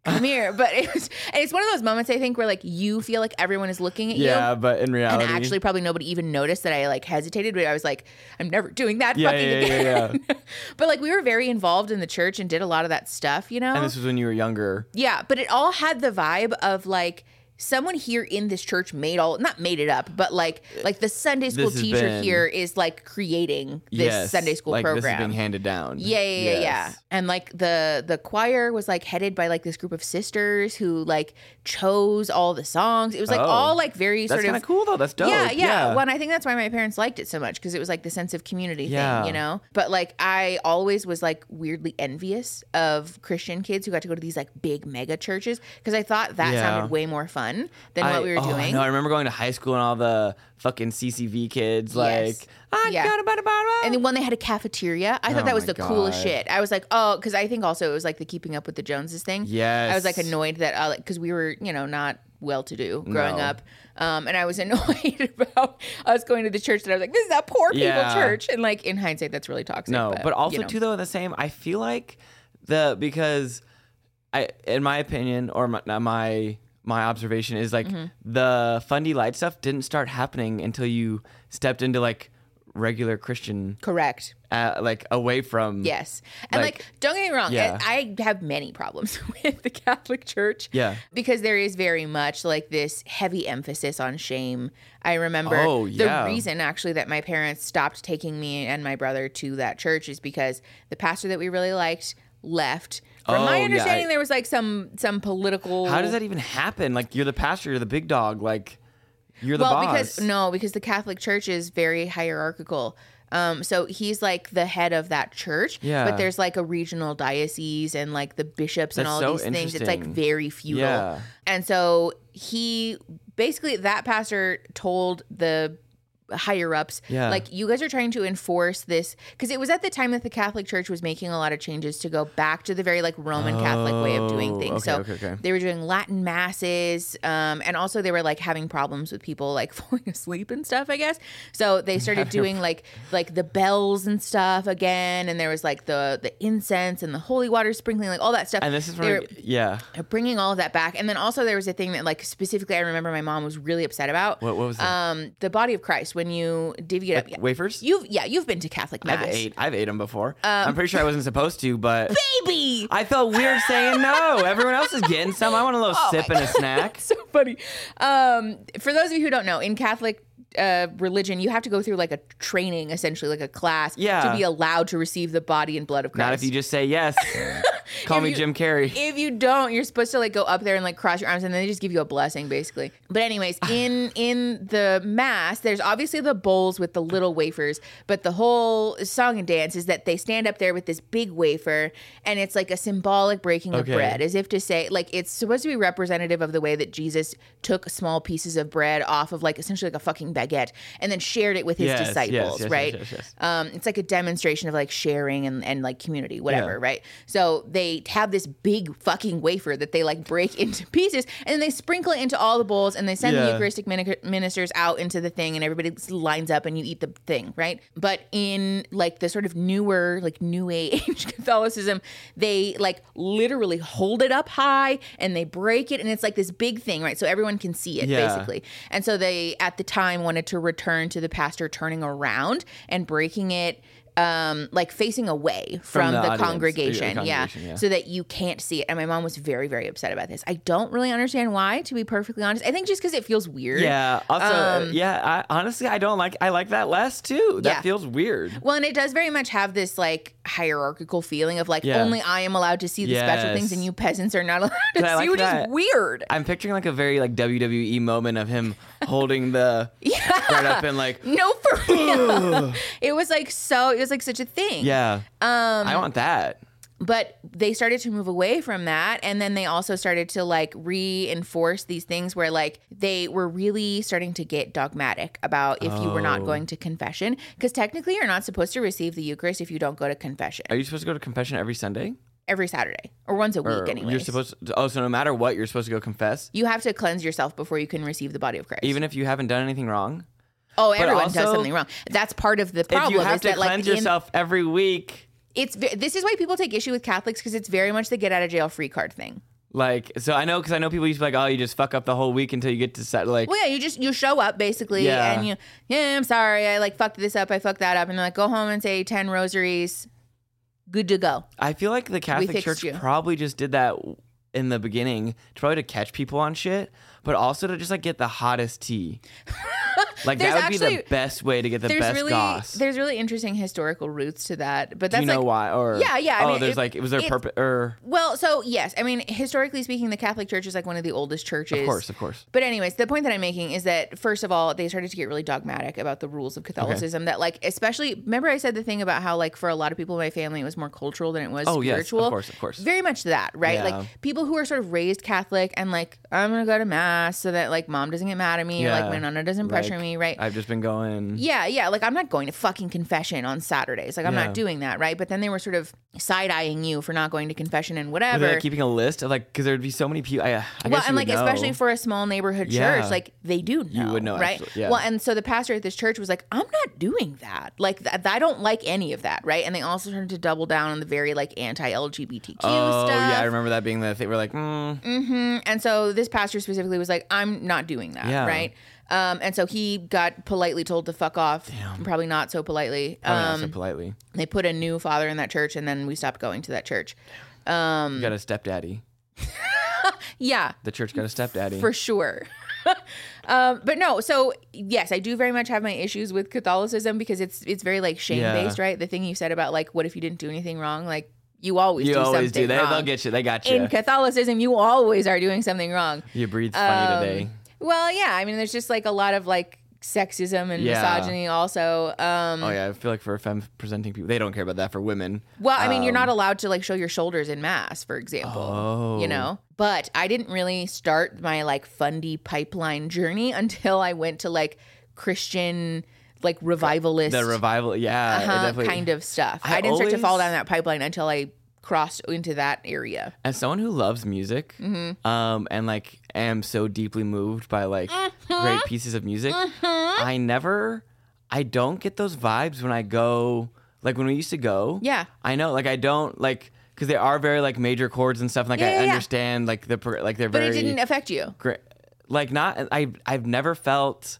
B: <laughs>
A: Come here, but it was, and it's one of those moments I think where like you feel like everyone is looking at
B: yeah,
A: you,
B: but in
A: and
B: reality,
A: actually probably nobody even noticed that I like hesitated, but I was like, I'm never doing that
B: yeah,
A: fucking
B: yeah, yeah,
A: again. <laughs>
B: yeah.
A: But like we were very involved in the church and did a lot of that stuff, you know.
B: and this was when you were younger.
A: Yeah, but it all had the vibe of like someone here in this church made all not made it up, but like like the Sunday school
B: This has
A: teacher
B: been-
A: here is like creating this
B: Yes,
A: Sunday school
B: like This is
A: program.
B: being handed down.
A: yeah, yeah, yeah, yeah.
B: Yes.
A: And like the the choir was like headed by like this group of sisters who like chose all the songs. It was like
B: Oh.
A: all like very
B: That's
A: sort
B: kind
A: of
B: of cool though. That's dope.
A: yeah, yeah. Well, and I think that's why my parents liked it so much because it was like the sense of community
B: Yeah.
A: thing, you know? But like, I always was like weirdly envious of Christian kids who got to go to these like big mega churches because I thought that
B: Yeah.
A: sounded way more fun than
B: I-
A: what we were
B: oh, I
A: doing.
B: know. I remember going to high school and all the fucking CCV kids like
A: Yes.
B: I
A: Yeah.
B: got a bada bada.
A: And then when they had a cafeteria, I thought
B: Oh
A: that was
B: my
A: the coolest
B: God.
A: shit. I was like, oh, because I think also it was like the keeping up with the Joneses thing.
B: Yes.
A: I was like annoyed that, uh, like, because we were, you know, not well to do growing
B: No.
A: up. Um, and I was <laughs> annoyed about us going to the church that I was like, this is that poor people
B: Yeah.
A: church. And like in hindsight, that's really toxic.
B: no, but,
A: you
B: also
A: know.
B: too though the same. I feel like the because I in my opinion or my not my my observation is like
A: Mm-hmm.
B: the fundy light stuff didn't start happening until you stepped into like regular Christian
A: Correct.
B: uh, like away from
A: Yes. And like,
B: Like-
A: don't get me wrong,
B: Yeah.
A: I I have many problems <laughs> with the Catholic Church.
B: Yeah.
A: Because there is very much like this heavy emphasis on shame. I remember
B: Oh, yeah.
A: the reason actually that my parents stopped taking me and my brother to that church is because the pastor that we really liked left. From
B: Oh,
A: my
B: yeah,
A: understanding,
B: I-
A: there was like some some political
B: How does that even happen? Like you're the pastor, you're the big dog, like you're the
A: well,
B: boss.
A: because no, because the Catholic Church is very hierarchical. Um, so he's like the head of that church.
B: Yeah.
A: But there's like a regional diocese and like the bishops and
B: That's
A: all
B: so
A: these things. It's like
B: interesting.
A: very feudal.
B: Yeah.
A: And so he basically that pastor told the higher ups
B: Yeah.
A: like you guys are trying to enforce this because it was at the time that the catholic church was making a lot of changes to go back to the very like roman catholic way of doing
B: Oh,
A: things
B: okay,
A: so
B: okay, okay.
A: they were doing Latin masses, um, and also they were like having problems with people like <laughs> falling asleep and stuff. I guess so.
B: <laughs>
A: They started doing like like the bells and stuff again, and there was like the the incense and the holy water sprinkling, like all that stuff.
B: and this is
A: They
B: where
A: were-
B: yeah.
A: they're bringing all of that back. And then also there was a thing that like specifically I remember my mom was really upset about.
B: What- what was that?
A: Um, the body of Christ when you divvy it up. Yeah.
B: Wafers?
A: You've yeah, you've been to Catholic mass.
B: I've ate. I've ate them before.
A: Um,
B: I'm pretty sure I wasn't supposed
A: <laughs>
B: to, but
A: Baby.
B: I felt weird saying no. Everyone else is getting some. I want a little
A: Oh my
B: sip and a
A: <laughs>
B: snack.
A: so funny. Um, for those of you who don't know, in Catholic uh, religion, you have to go through like a training, essentially like a class,
B: Yeah.
A: to be allowed to receive the body and blood of Christ.
B: Not if you just say yes.
A: <laughs>
B: Call
A: If
B: me
A: you- <laughs>
B: Jim Carrey.
A: if you don't, you're supposed to like go up there and like cross your arms, and then they just give you a blessing, basically. But anyways,
B: Ah.
A: in in the mass, there's obviously the bowls with the little wafers, but the whole song and dance is that they stand up there with this big wafer, and it's like a symbolic breaking
B: Okay.
A: of bread, as if to say, like it's supposed to be representative of the way that Jesus took small pieces of bread off of like essentially like a fucking baguette, and then shared it with his
B: Yes, yes,
A: disciples,
B: yes,
A: right?
B: yes, yes, yes.
A: um, it's like a demonstration of like sharing and, and like community, whatever,
B: Yeah.
A: right? So they have this big fucking wafer that they like break <laughs> into pieces and then they sprinkle it into all the bowls and they send the
B: Yeah.
A: Eucharistic mini- ministers out into the thing and everybody s- lines up and you eat the thing, right? But in like the sort of newer, like new <laughs> age Catholicism, they like literally hold it up high and they break it and it's like this big thing, right? So everyone can see it
B: Yeah.
A: basically. And so they, at the time, wanted to return to the pastor turning around and breaking it, um, like facing away from,
B: From
A: the,
B: the audience,
A: congregation.
B: the
A: Yeah.
B: congregation, yeah.
A: So that you can't see it. And my mom was very, very upset about this. I don't really understand why, to be perfectly honest. I think just because it feels weird.
B: Yeah. Also, yeah. I, honestly, I don't like. I like that last too.
A: Um,
B: That
A: Yeah.
B: feels weird.
A: Well, and it does very much have this like hierarchical feeling of like
B: Yeah.
A: only I am allowed to see the special things
B: Yes.
A: and you peasants are not <laughs> allowed to see,
B: But I like
A: which is
B: that.
A: weird.
B: I'm picturing like a very like WWE moment of him
A: <laughs>
B: holding the right up and like
A: No, for
B: <sighs>
A: real. it was like so, it was like such a thing.
B: yeah. Um, I want that.
A: but they started to move away from that and then they also started to like reinforce these things where like they were really starting to get dogmatic about if you were not
B: Oh.
A: going to confession because technically you're not supposed to receive the eucharist if you don't go to confession
B: Are you supposed to go to confession every Sunday?
A: every saturday or once a
B: Or
A: week anyway
B: You're supposed. To, oh, so no matter what, you're supposed to go confess,
A: you have to cleanse yourself before you can receive the body of christ
B: even if you haven't done anything wrong.
A: oh everyone does
B: also-
A: something wrong that's part of the problem
B: if you have
A: is
B: to
A: that like
B: cleanse
A: in,
B: yourself every week,
A: it's ve- this is why people take issue with catholics because it's very much the get out of jail free card thing
B: like so, I know because I know people used to be like, oh, you just fuck up the whole week until you get to set like.
A: Well, yeah, you just you show up basically,
B: Yeah.
A: and you, yeah, I'm sorry, I like fucked this up, I fucked that up, and like go home and say ten rosaries, good to go.
B: I feel like the Catholic
A: fixed
B: Church
A: you.
B: probably just did that w- in the beginning, to probably to catch people on shit, but also to just like get the hottest
A: <laughs>
B: tea. like
A: There's
B: that would be
A: actually-
B: the best way to get the
A: There's
B: best
A: really
B: goss.
A: there's really interesting historical roots to that, but
B: Do
A: that's
B: you know
A: like
B: why? Or
A: Yeah, yeah, I
B: oh,
A: mean,
B: there's
A: it-
B: like it was their
A: it-
B: purpose. Or
A: well, so yes, I mean historically speaking, the Catholic Church is like one of the oldest churches.
B: of course, of course.
A: But anyways, the point that I'm making is that first of all, they started to get really dogmatic about the rules of Catholicism. That like, especially, remember I said the thing about how like for a lot of people in my family, it was more cultural than it was
B: Oh yes,
A: spiritual.
B: of course, of course.
A: Very much that, right?
B: Yeah.
A: Like people who are sort of raised Catholic and like I'm gonna go to mass so that like mom doesn't get mad at me, or,
B: Yeah.
A: like my nana doesn't pressure
B: Like,
A: me, right?
B: I've just been going.
A: yeah, yeah. Like I'm not going to fucking confession on Saturdays. Like I'm
B: Yeah.
A: not doing that, right? But then they were sort of side eyeing you for not going to confession and
B: Were
A: whatever.
B: they, like keeping a list of like because there'd be so many people. I, I
A: well,
B: guess you
A: and
B: would
A: like
B: know.
A: especially for a small neighborhood
B: Yeah.
A: church, like they do know,
B: would know,
A: right?
B: actually, yeah.
A: Well, and so the pastor at this church was like, "I'm not doing that. Like, th- I don't like any of that, right?" And they also started to double down on the very like anti-LGBTQ
B: oh
A: stuff.
B: yeah, I remember that being the thing. We're like, mm,
A: And so this pastor specifically was like, I'm not doing that,
B: Yeah.
A: right? Um, and so he got politely told to fuck off, probably not so politely.
B: probably
A: Um,
B: not so politely.
A: They put a new father in that church, and then we stopped going to that church. um,
B: You got a stepdaddy.
A: Yeah,
B: The church got a stepdaddy.
A: for sure. <laughs> um, but no, so yes, I do very much have my issues with Catholicism because it's it's very like shame based, right? The thing you said about like, what if you didn't do anything wrong? Like you always
B: you
A: do
B: always
A: something
B: do. They,
A: wrong.
B: they'll get you. They got you.
A: in Catholicism, you always are doing something wrong.
B: You breathe funny
A: Um,
B: today.
A: Well, yeah. I mean, there's just like a lot of like sexism and
B: Yeah.
A: misogyny also. Um,
B: Oh yeah, I feel like for femme presenting people, they don't care about that for women. Uh,
A: well, I mean, you're not allowed to like show your shoulders in mass, for example.
B: Um, Oh.
A: You know, but I didn't really start my like fundy pipeline journey <laughs> until I went to like Christian, like revivalist
B: The revival, yeah, it
A: uh-huh,
B: definitely.
A: kind of stuff. I,
B: I
A: didn't start to fall
B: always-
A: down that pipeline until I crossed into that area.
B: As someone who loves music,
A: Mm-hmm.
B: um, and like am so deeply moved by like
A: Uh-huh.
B: great pieces of music, I never, I don't get those vibes when I go. Like when we used to go,
A: Yeah.
B: I know. Like I don't like because they are very like major chords and stuff. Like
A: Yeah,
B: I
A: yeah, yeah.
B: understand like the pro- like they're
A: But
B: very
A: it didn't affect you.
B: great. Like not I I've never felt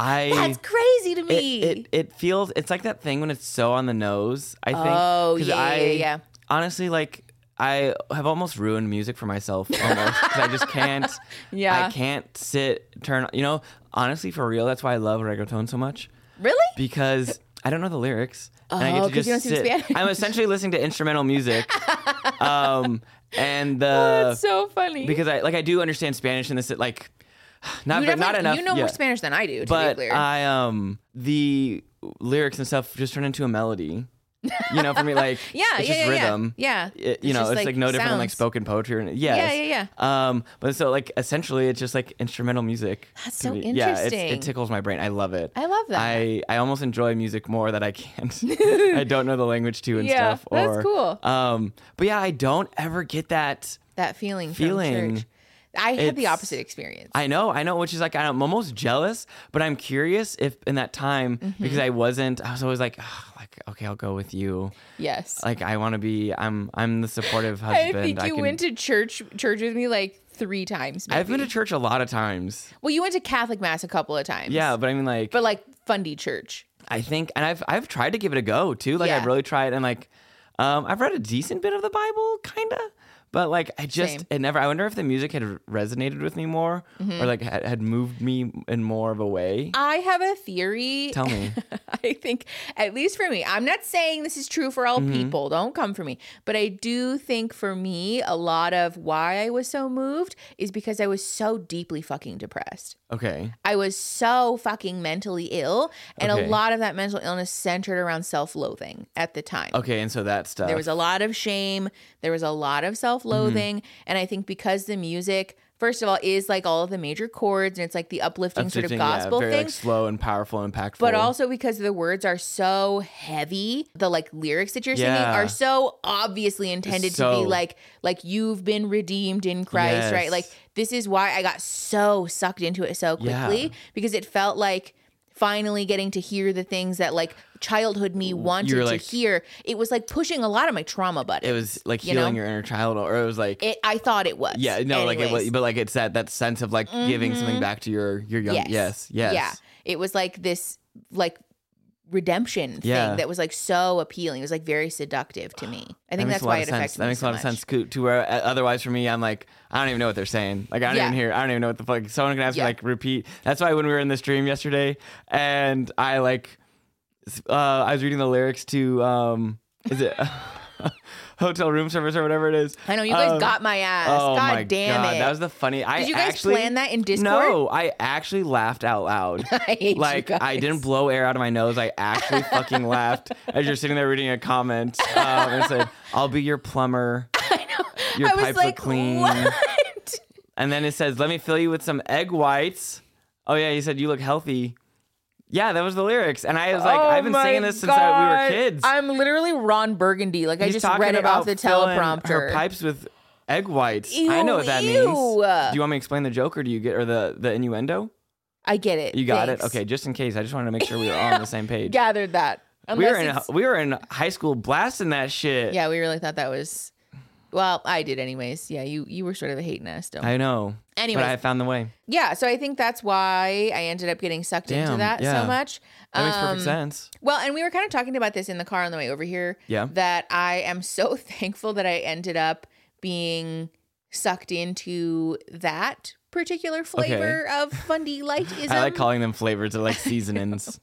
B: I
A: That's crazy to me.
B: it, it it feels it's like that thing when it's so on the nose. I think.
A: Oh,
B: 'Cause
A: yeah, yeah,
B: I,
A: yeah.
B: Honestly, like I have almost ruined music for myself almost 'cause I just can't.
A: <laughs> Yeah.
B: I can't sit turn. You know, honestly, for real, that's why I love reggaeton so much
A: really?
B: because I don't know the lyrics. and I
A: Oh, 'cause you don't speak Spanish.
B: I'm essentially listening to instrumental
A: <laughs>
B: music. um, and the
A: That's so funny.
B: uh, because I like I do understand Spanish in this like <sighs> not
A: you,
B: but not
A: definitely-
B: enough.
A: you know
B: yeah.
A: more Spanish than I do, to
B: but
A: be clear.
B: I um the lyrics and stuff just turn into a melody. You know, for me like
A: <laughs> yeah, yeah,
B: it's just
A: yeah, yeah.
B: rhythm.
A: Yeah.
B: It- you know,
A: just,
B: it's like, no different than like
A: sounds.
B: spoken poetry or yes.
A: yeah,
B: yeah. Um, but so like essentially it's just like instrumental music.
A: That's
B: to
A: so
B: me. Yeah, it's,
A: interesting.
B: it tickles my brain. I love it.
A: I love that.
B: I I almost enjoy music more that
A: <laughs>
B: I can't. I don't know the language to and
A: Yeah,
B: stuff.
A: that's
B: Or,
A: cool.
B: Um, but yeah, I don't ever get that.
A: That feeling, from
B: Feeling,
A: church. I had the
B: it's-
A: opposite experience.
B: I know, I know, which is like I'm almost jealous, but I'm curious if in that time
A: Mm-hmm.
B: because I wasn't, I was always like, "Ugh, like okay, I'll go with you.
A: yes.
B: Like I want to be, I'm, I'm the supportive
A: <laughs> I
B: husband.
A: think you went to church church with me like three times. Maybe.
B: I've been to church a lot of times.
A: well, you went to Catholic mass a couple of times.
B: Yeah, but I mean, like,
A: but like Fundy Church.
B: I think, and I've, I've tried to give it a go too. Like
A: Yeah.
B: I've really tried, and like, um, I've read a decent bit of the Bible, kinda. But like, I just
A: Same. Mm-hmm.
B: it never. I wonder if the music had resonated with me more, or like had, had moved me in more of a way.
A: I have a theory.
B: Tell me.
A: <laughs> I think, at least for me, I'm not saying this is true for all
B: Mm-hmm.
A: people. Don't come for me. But I do think for me, a lot of why I was so moved is because I was so deeply fucking depressed.
B: Okay.
A: I was so fucking mentally ill. And
B: Okay.
A: a lot of that mental illness centered around self loathing at the time.
B: Okay, and so that stuff.
A: There was a lot of shame. There was a lot of self loathing.
B: Mm-hmm.
A: And I think because the music, first of all, is like all of the major chords and it's like the uplifting sort of
B: Uplifting, yeah,
A: gospel
B: very,
A: thing.
B: like, slow and powerful and impactful.
A: but also because the words are so heavy, the like lyrics that you're
B: Yeah.
A: singing are so obviously intended to
B: So-
A: be like like you've been redeemed in Christ, right?
B: Yes.
A: Like this is why I got so sucked into it so quickly
B: Yeah.
A: because it felt like finally getting to hear the things that like childhood me wanted
B: were,
A: to
B: like-
A: hear. It was like pushing a lot of my trauma buttons.
B: it was like
A: you
B: healing
A: know?
B: your inner child, or it was like
A: It, I thought it was.
B: yeah, no, like it was,
A: Anyways. Mm-hmm.
B: but like it's that that sense of like giving something back to your your young yes yes,
A: Yeah. It was like this like redemption
B: Yeah.
A: thing that was like so appealing. It was like very seductive to me. I think
B: That makes
A: that's
B: a lot
A: why
B: of
A: it
B: sense.
A: affects me.
B: That makes
A: so
B: a lot of
A: much.
B: sense co- to where uh, otherwise for me, I'm like, I don't even know what they're saying. Like, I don't
A: Yeah.
B: even hear, I don't even know what the fuck. Someone can have
A: Yeah.
B: to like repeat. That's why when we were in the stream yesterday and I like, s- uh, I was reading the lyrics to, um, is it <laughs> hotel room service or whatever it is?
A: I know you guys
B: Um,
A: got my ass.
B: Oh
A: God
B: my
A: damn
B: god,
A: it.
B: that was the funny. I
A: Did you guys
B: actually,
A: plan that in Discord?
B: No, I actually laughed out loud.
A: <laughs> <laughs> I hate you
B: like I
A: guys.
B: didn't blow air out of my nose. I
A: <laughs>
B: actually fucking laughed as you're sitting there reading a comment um, and it said, "I'll be your plumber.
A: <laughs>
B: Your
A: I was
B: pipes
A: like,
B: are clean."
A: What?
B: And then it says, "Let me fill you with some egg whites." Oh yeah, he said you look healthy. Yeah, that was the lyrics, and I was like,
A: Oh
B: "I've been
A: my
B: singing this since I,
A: God.
B: we were kids."
A: I'm literally Ron Burgundy. Like
B: He's
A: I just
B: talking
A: read it off
B: about
A: the
B: filling
A: teleprompter.
B: Her pipes with egg whites. I know what that
A: Ew,
B: means.
A: ew.
B: Do you want me to explain the joke or do you get or the the innuendo?
A: I get it.
B: You got
A: Thanks.
B: it. Okay, just in case, I just wanted to make sure we were all on
A: <laughs>
B: the same page.
A: Gathered that.
B: we were
A: Unless
B: in
A: it's-
B: we were in high school blasting that shit.
A: Yeah, we really thought that was. Well, I did anyways. Yeah, you you were sort of a hating us. Don't.
B: I know.
A: Anyways.
B: but I found the way.
A: yeah, so I think that's why I ended up getting sucked into
B: Damn,
A: that so
B: yeah.
A: much.
B: That makes perfect
A: Um,
B: sense.
A: Well, and we were kind of talking about this in the car on the way over here.
B: Yeah.
A: That I am so <laughs> thankful that I ended up being sucked into that particular flavor of fundy lightism.
B: <laughs> I like calling them flavors. They're like seasonings.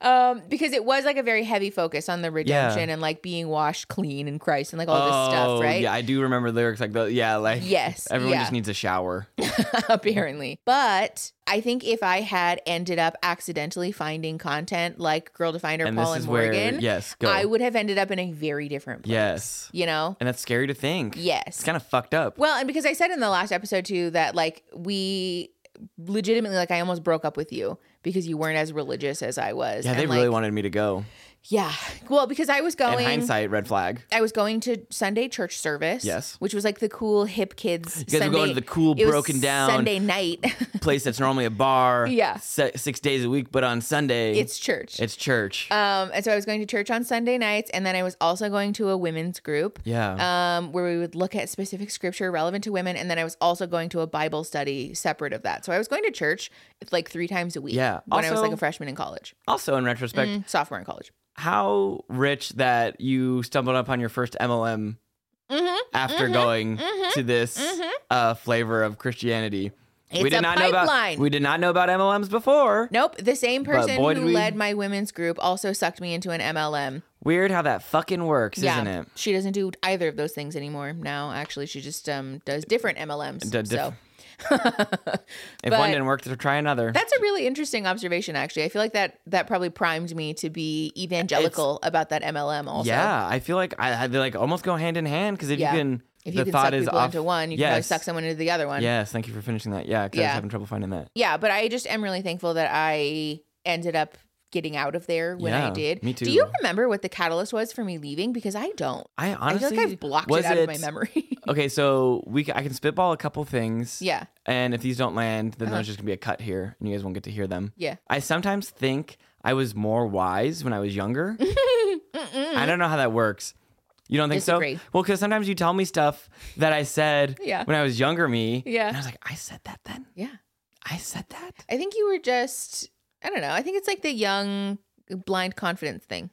A: um, because it was like a very heavy focus on the redemption and like being washed clean in Christ and like <laughs> all this
B: Oh,
A: stuff, right?
B: Yeah, I do remember lyrics like those. Yeah, like
A: Yes,
B: <laughs> Everyone
A: yeah.
B: just needs a shower.
A: <laughs> apparently. But I think if I had ended up accidentally finding content like Girl Defined or
B: and
A: Paul
B: this
A: and
B: is
A: Morgan,
B: where yes, go.
A: I would have ended up in a very different place.
B: yes.
A: You know?
B: And that's scary to think.
A: Yes.
B: It's kind of fucked up.
A: well, and because I said in the last episode too that like we legitimately like I almost broke up with you because you weren't as religious as I was.
B: Yeah, they
A: And,
B: really
A: like,
B: wanted me to go.
A: Yeah. Well, because I was
B: In
A: going
B: hindsight, red flag.
A: I was going to Sunday church service.
B: Yes.
A: Which was like the cool hip kids. You
B: guys were
A: Sunday,
B: going to the cool,
A: it was
B: broken down-
A: Sunday night. <laughs>
B: Place that's normally a bar.
A: Yeah.
B: se- six days a week, but on Sunday
A: it's church.
B: it's church.
A: Um, and so I was going to church on Sunday nights, and then I was also going to a women's group.
B: yeah.
A: Um, where we would look at specific scripture relevant to women, and then I was also going to a Bible study separate of that. So I was going to church like three times a week.
B: yeah. Yeah.
A: when I was
B: Also-
A: like a freshman in college,
B: Also, in retrospect,
A: Mm, sophomore in college.
B: how rich that you stumbled upon your first MLM
A: Mhm,
B: after going
A: Mm-hmm.
B: to this uh, flavor of Christianity.
A: It's a
B: know
A: pipeline.
B: about we did not know about MLMs before.
A: Nope, the same person
B: boy,
A: who
B: did we-
A: led my women's group also sucked me into an MLM.
B: Weird how that fucking works, isn't it?
A: She doesn't do either of those things anymore now. Actually, she just um does different MLMs.
B: D- diff-
A: so
B: If
A: But-
B: one didn't work, to try another.
A: that's a really interesting observation. Actually, I feel like that that probably primed me to be evangelical about that MLM. Also,
B: Yeah, I feel like I, I- they like almost go hand in hand because if
A: Yeah.
B: you can,
A: if you
B: the
A: can
B: thought
A: suck
B: is
A: people
B: off
A: into one, you can probably
B: yes,
A: suck someone into the other one.
B: Yes, thank you for finishing that. Yeah, because I
A: Yeah.
B: was having trouble finding that.
A: Yeah, but I just am really thankful that I ended up getting out of there when I
B: Yeah,
A: did.
B: me
A: Do you
B: too.
A: remember what the catalyst was for me leaving? Because I don't.
B: I honestly
A: I feel like I've blocked
B: was
A: it out of my memory. <laughs>
B: Okay, so we c- I can spitball a couple things.
A: yeah. Uh-huh.
B: And if these don't land, then there's just gonna be a cut here, and you guys won't get to hear them.
A: Yeah.
B: I sometimes think I was more wise when I
A: <laughs>
B: was younger. I don't know how that works. You don't think
A: Disagree.
B: so? Well, because sometimes you tell me stuff that I said
A: Yeah.
B: when I was younger, me.
A: Yeah.
B: And I was like, I said that then.
A: Yeah.
B: I said that.
A: I think you were just I don't know. I think it's like the young blind confidence thing.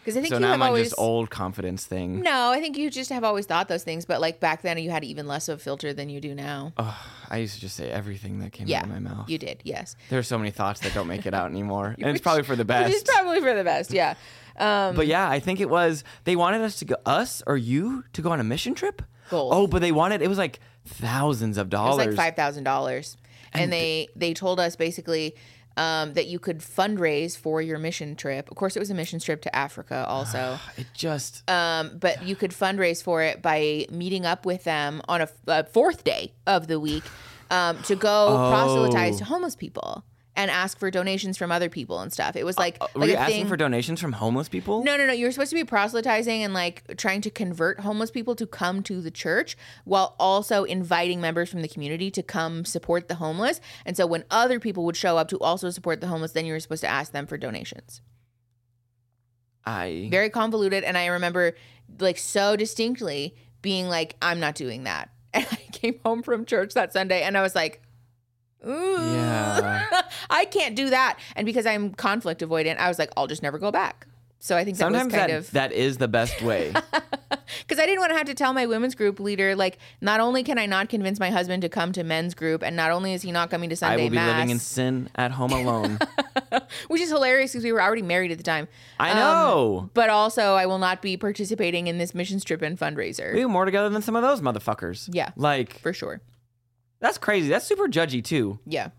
A: Because I think
B: So
A: you
B: now
A: have
B: I'm on
A: always
B: this old confidence thing.
A: no. I think you just have always thought those things, but like back then you had even less of a filter than you do now.
B: Oh, I used to just say everything that came
A: Yeah,
B: out of my mouth.
A: You did, yes.
B: There's so many thoughts that don't make it
A: <laughs>
B: out anymore, and it's
A: Which-
B: probably for the
A: Which is
B: best.
A: probably for the best. Yeah. Um,
B: But yeah, I think it was they wanted us to go us or you to go on a mission trip.
A: Gold.
B: Oh, but they wanted it was like thousands of
A: It was
B: dollars.
A: like five thousand dollars, and they they told us basically um, that you could fundraise for your mission trip. Of course, it was a mission trip to Africa,
B: <sighs>
A: also.
B: It just
A: Um, but you could fundraise for it by meeting up with them on a, a fourth day of the week um, to go proselytize
B: Oh.
A: to homeless people and ask for donations from other people and stuff. It was like,
B: Uh, were
A: like
B: you
A: a
B: asking
A: thing.
B: for donations from homeless people?
A: No, no, no. You were supposed to be proselytizing and like trying to convert homeless people to come to the church while also inviting members from the community to come support the homeless. And so when other people would show up to also support the homeless, then you were supposed to ask them for donations.
B: I
A: Very convoluted. And I remember like so distinctly being like, I'm not doing that. <laughs> And I came home from church that Sunday and I was like, Ooh, <laughs>
B: Yeah.
A: I can't do that. And because I'm conflict avoidant, I was like, I'll just never go back. So I think that
B: sometimes
A: was kind
B: that
A: of
B: that is the best way.
A: <laughs> because I didn't want to have to tell my women's group leader, like, not only can I not convince my husband to come to men's group, and not only is he not coming to
B: I
A: Sunday
B: will be
A: mass,
B: living in sin
A: <laughs>
B: at home alone.
A: which is hilarious because we were already married at the time.
B: I
A: Um,
B: know.
A: but also, I will not be participating in this missions trip and fundraiser
B: we were more together than some of those motherfuckers.
A: Yeah.
B: Like
A: for sure.
B: that's crazy. That's super judgy too.
A: Yeah.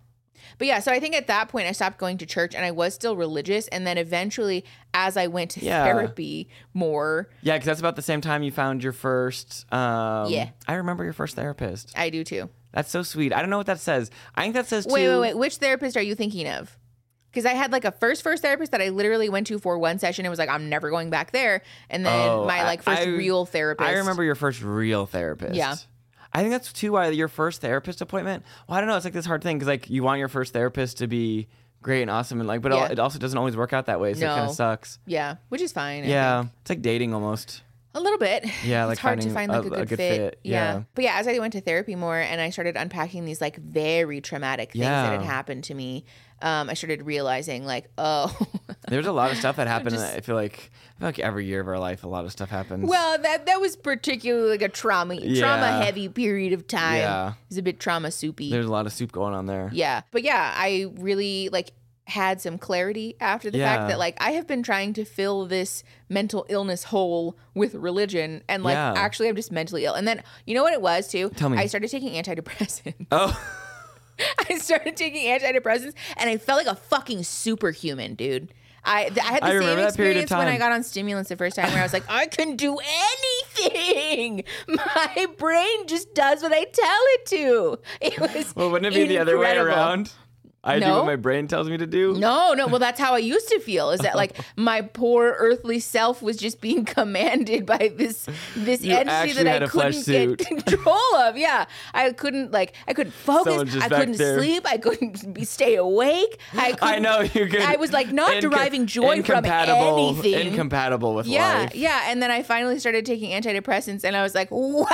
A: But yeah, so I think at that point I stopped going to church and I was still religious. And then eventually, as I went to
B: Yeah.
A: therapy more,
B: Yeah, because that's about the same time you found your first. Um,
A: Yeah.
B: I remember your first therapist.
A: I do too.
B: That's so sweet. I don't know what that says. I think that says
A: Wait,
B: too.
A: wait, wait. Which therapist are you thinking of? Because I had like a first first therapist that I literally went to for one session. It was like I'm never going back there. And then
B: Oh,
A: my
B: I-
A: like first
B: I-
A: real therapist.
B: I remember your first real therapist.
A: Yeah.
B: I think that's too why your first therapist appointment. Well, I don't know. It's like this hard thing because like you want your first therapist to be great and awesome and like, but
A: Yeah.
B: it also doesn't always work out that way. So it kind
A: No.
B: of sucks.
A: Yeah, which is fine. I
B: Yeah,
A: think.
B: it's like dating almost.
A: a little bit.
B: Yeah,
A: it's
B: like
A: hard to find
B: finding
A: like a, good,
B: a- a good
A: fit.
B: fit.
A: Yeah.
B: Yeah.
A: but yeah, as I went to therapy more and I started unpacking these like very traumatic things that
B: Yeah.
A: had happened to me, um, I started realizing like, oh, <laughs>
B: There's a lot of stuff that happened. and
A: just-
B: I feel like I feel like every year of our life, a lot of stuff happens.
A: well, that that was particularly like a trauma trauma
B: Yeah.
A: heavy period of time.
B: Yeah.
A: It was a bit trauma soupy.
B: there's a lot of soup going on there.
A: Yeah. But yeah, I really like had some clarity after the
B: Yeah.
A: fact that like I have been trying to fill this mental illness hole with religion and like
B: Yeah.
A: actually I'm just mentally ill. And then you know what it was too?
B: Tell me.
A: I started taking antidepressants. <laughs>
B: Oh,
A: I started taking antidepressants and I felt like a fucking superhuman, dude. I, th- I had the
B: I
A: same
B: remember that period of
A: experience when I
B: time.
A: got on stimulants the first time where I was like, I can do anything. <laughs> My brain just does what I tell it to. It was
B: well, wouldn't it be the other way
A: incredible.
B: around? I do
A: No.
B: what my brain tells me to do.
A: No, no. Well, that's how I used to feel. Is that
B: <laughs>
A: like my poor earthly self was just being <laughs> commanded by this this
B: You
A: entity
B: actually
A: that
B: had
A: I
B: a flesh
A: couldn't get <laughs>
B: suit.
A: control of. Yeah, I couldn't like I couldn't
B: Someone
A: focus.
B: just
A: I
B: back
A: couldn't
B: there.
A: sleep. I couldn't <laughs> be, stay awake. I couldn't,
B: I know you could.
A: I was like not
B: inco-
A: deriving joy from
B: incompatible-
A: anything.
B: Incompatible with
A: yeah,
B: life.
A: yeah. And then I finally started taking antidepressants, and I was like, wow.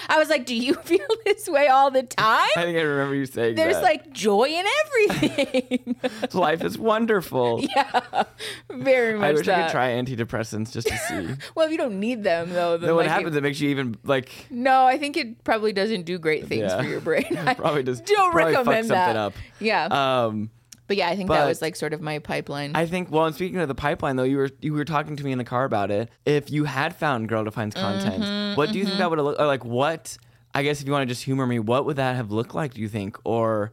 A: <laughs> I was like, do you feel this way all the time?
B: I think I remember you saying
A: There's
B: that.
A: like joy in anything. <laughs>
B: Life is wonderful.
A: yeah, very much
B: I wish I
A: that.
B: could try antidepressants just to see.
A: <laughs> Well, if you don't need them though, then
B: no, what
A: like, it-
B: happens? It, makes you even like
A: no, I think it probably doesn't do great things
B: Yeah.
A: for your
B: <laughs>
A: brain. I
B: probably just
A: don't
B: probably fuck
A: recommend that.
B: something up.
A: Yeah,
B: Um,
A: but yeah, I think that
B: but-
A: was like sort of my pipeline.
B: I think. Well, and speaking of the pipeline, though, you were you were talking to me in the car about it. If you had found Girl Defines Content,
A: Mm-hmm,
B: what do you think that would have looked or like? What I guess if you want to just humor me, what would that have looked like? Do you think or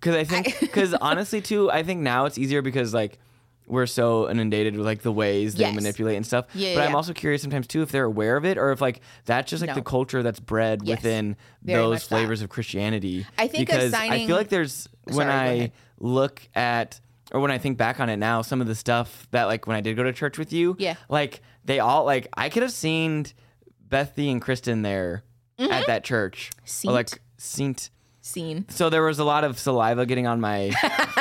B: because I
A: <laughs>
B: think because honestly, too, I think now it's easier because like we're so inundated with like the ways they
A: Yes.
B: manipulate and stuff.
A: Yeah,
B: but
A: yeah,
B: I'm
A: yeah.
B: also curious sometimes too if they're aware of it or if like that's just like
A: No.
B: the culture that's bred
A: Yes.
B: within
A: Very
B: those
A: much that.
B: flavors of Christianity.
A: I think
B: because I
A: assigning-
B: feel like there's when
A: Sorry, go
B: I
A: ahead.
B: look at or when I think back on it now, some of the stuff that like when I did go to church with you,
A: Yeah.
B: like they all like I could have seen Bethy and Kristen there
A: Mm-hmm.
B: at that church,
A: Seent.
B: like seent.
A: Scene.
B: So there was a lot of saliva getting
A: <laughs>
B: on my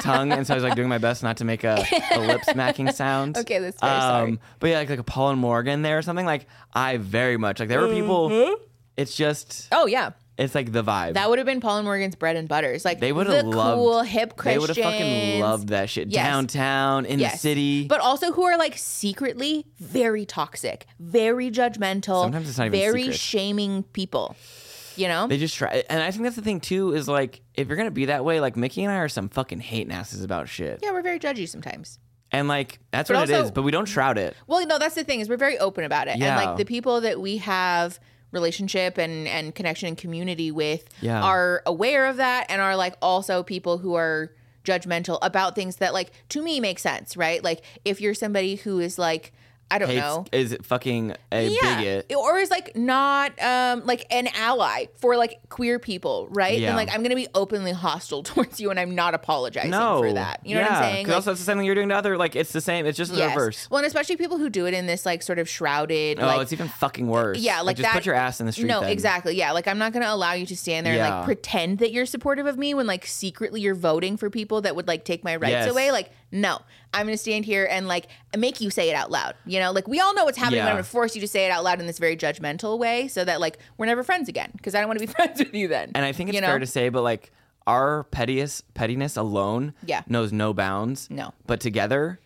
B: tongue, and so I was like doing my best not to make a, a lip smacking sound.
A: <laughs>
B: Um,
A: Okay, that's very sorry.
B: But yeah, like like a Paul and Morgan there or something. Like I very much like there were people. It's just
A: Oh yeah,
B: it's like the vibe.
A: Mm-hmm. that would have been Paul and Morgan's bread and butters. Like
B: They would've
A: the
B: loved-
A: cool hip
B: they
A: Christians.
B: would have fucking loved that shit
A: Yes.
B: downtown in the
A: Yes.
B: city.
A: but also who are like secretly very toxic, very judgmental,
B: Sometimes it's not even
A: very
B: secret.
A: shaming people. You know,
B: They just try, and I think that's the thing too. Is like if you're gonna be that way, like Mickey and I are some fucking hating asses about shit,
A: yeah, we're very judgy sometimes.
B: and like that's
A: But
B: what it
A: also-
B: is. But we don't shroud it.
A: Well, no, that's the thing is we're very open about it, and
B: Yeah.
A: like the people that we have relationship and and connection and community with
B: Yeah.
A: are aware of that and are like also people who are judgmental about things that like to me make sense, right? Like if you're somebody who is like I don't
B: Hates
A: know.
B: is fucking a bigot.
A: or is like not um like an ally for like queer people right
B: Yeah.
A: and like i'm gonna be openly hostile <laughs> towards you and i'm not apologizing
B: No,
A: for that you know what i'm
B: Yeah,
A: saying
B: 'cause
A: Like,
B: also that's the same thing you're doing to other. Like it's the same. It's just the
A: yes.
B: reverse.
A: well and especially people who do it in this like sort of shrouded
B: Oh,
A: like
B: it's even fucking worse.
A: yeah, like
B: just
A: that-
B: put your ass in the street.
A: no
B: then.
A: exactly yeah like i'm not gonna allow you to stand there and
B: Yeah.
A: like pretend that you're supportive of me when like secretly you're voting for people that would like take my rights
B: Yes.
A: away like no i'm gonna stand here and like make you say it out loud you know like we all know what's happening but
B: Yeah.
A: i'm gonna force you to say it out loud in this very judgmental way so that like we're never friends again because i don't want to be <laughs> friends with you then
B: And I think it's
A: you know?
B: fair to say, but like our pettiest pettiness alone
A: Yeah.
B: knows no bounds.
A: No.
B: But together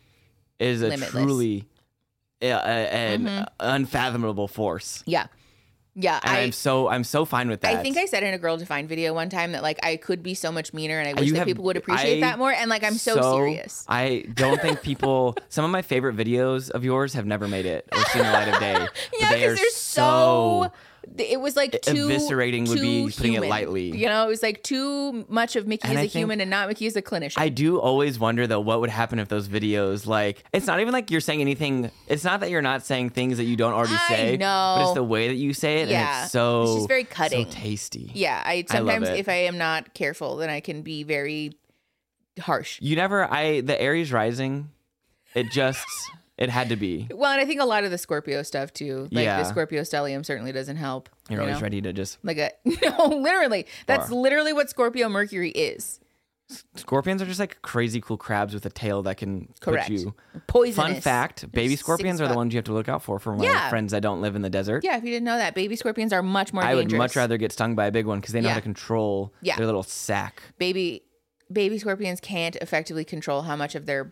B: is a
A: Limitless. Mm-hmm.
B: truly uh, uh, an unfathomable force.
A: yeah yeah
B: And I,
A: i
B: am so I'm so fine with that.
A: I think I said in a girl defined video one time that like I could be so much meaner and I wish
B: Uh, you
A: that
B: have-
A: people would appreciate
B: I-
A: that more and like I'm so, serious.
B: I don't think
A: <laughs>
B: people. some of my favorite videos of yours have never made it or seen the light of day. But
A: <laughs> Yeah,
B: they are
A: because they're so. It was like too
B: eviscerating would
A: too
B: be putting it
A: human.
B: lightly.
A: You know, it was like too much of Mickey
B: And
A: as
B: I
A: a
B: think-
A: human and not Mickey as a clinician.
B: I do always wonder though what would happen if those videos like it's not even like you're saying anything it's not that you're not saying things that you don't already
A: I
B: say but
A: know.
B: it's the way that you say it and
A: Yeah.
B: it's so
A: It's just very
B: so
A: cutting.
B: tasty
A: yeah, I
B: I love
A: sometimes
B: it.
A: if I am not careful, then I can be very harsh.
B: you never I the Aries rising it just it had
A: <laughs>
B: to be
A: Well, and I think a lot of the Scorpio stuff too. Like
B: Yeah.
A: the Scorpio stellium certainly doesn't help.
B: you're
A: you
B: always
A: know?
B: ready to just
A: Like a <laughs> no, literally. That's
B: Or-
A: literally what Scorpio Mercury is.
B: scorpions are just like crazy cool crabs with a tail that can
A: Correct.
B: put you
A: Poisonous.
B: fun fact baby
A: sick as
B: scorpions are the
A: fuck.
B: ones you have to look out for from my
A: Yeah.
B: friends that don't live in the desert
A: Yeah, if you didn't know that, baby scorpions are much more
B: I would
A: dangerous.
B: much rather get stung by a big one because they know how
A: Yeah.
B: to control
A: Yeah.
B: their little sack.
A: baby baby scorpions can't effectively control how much of their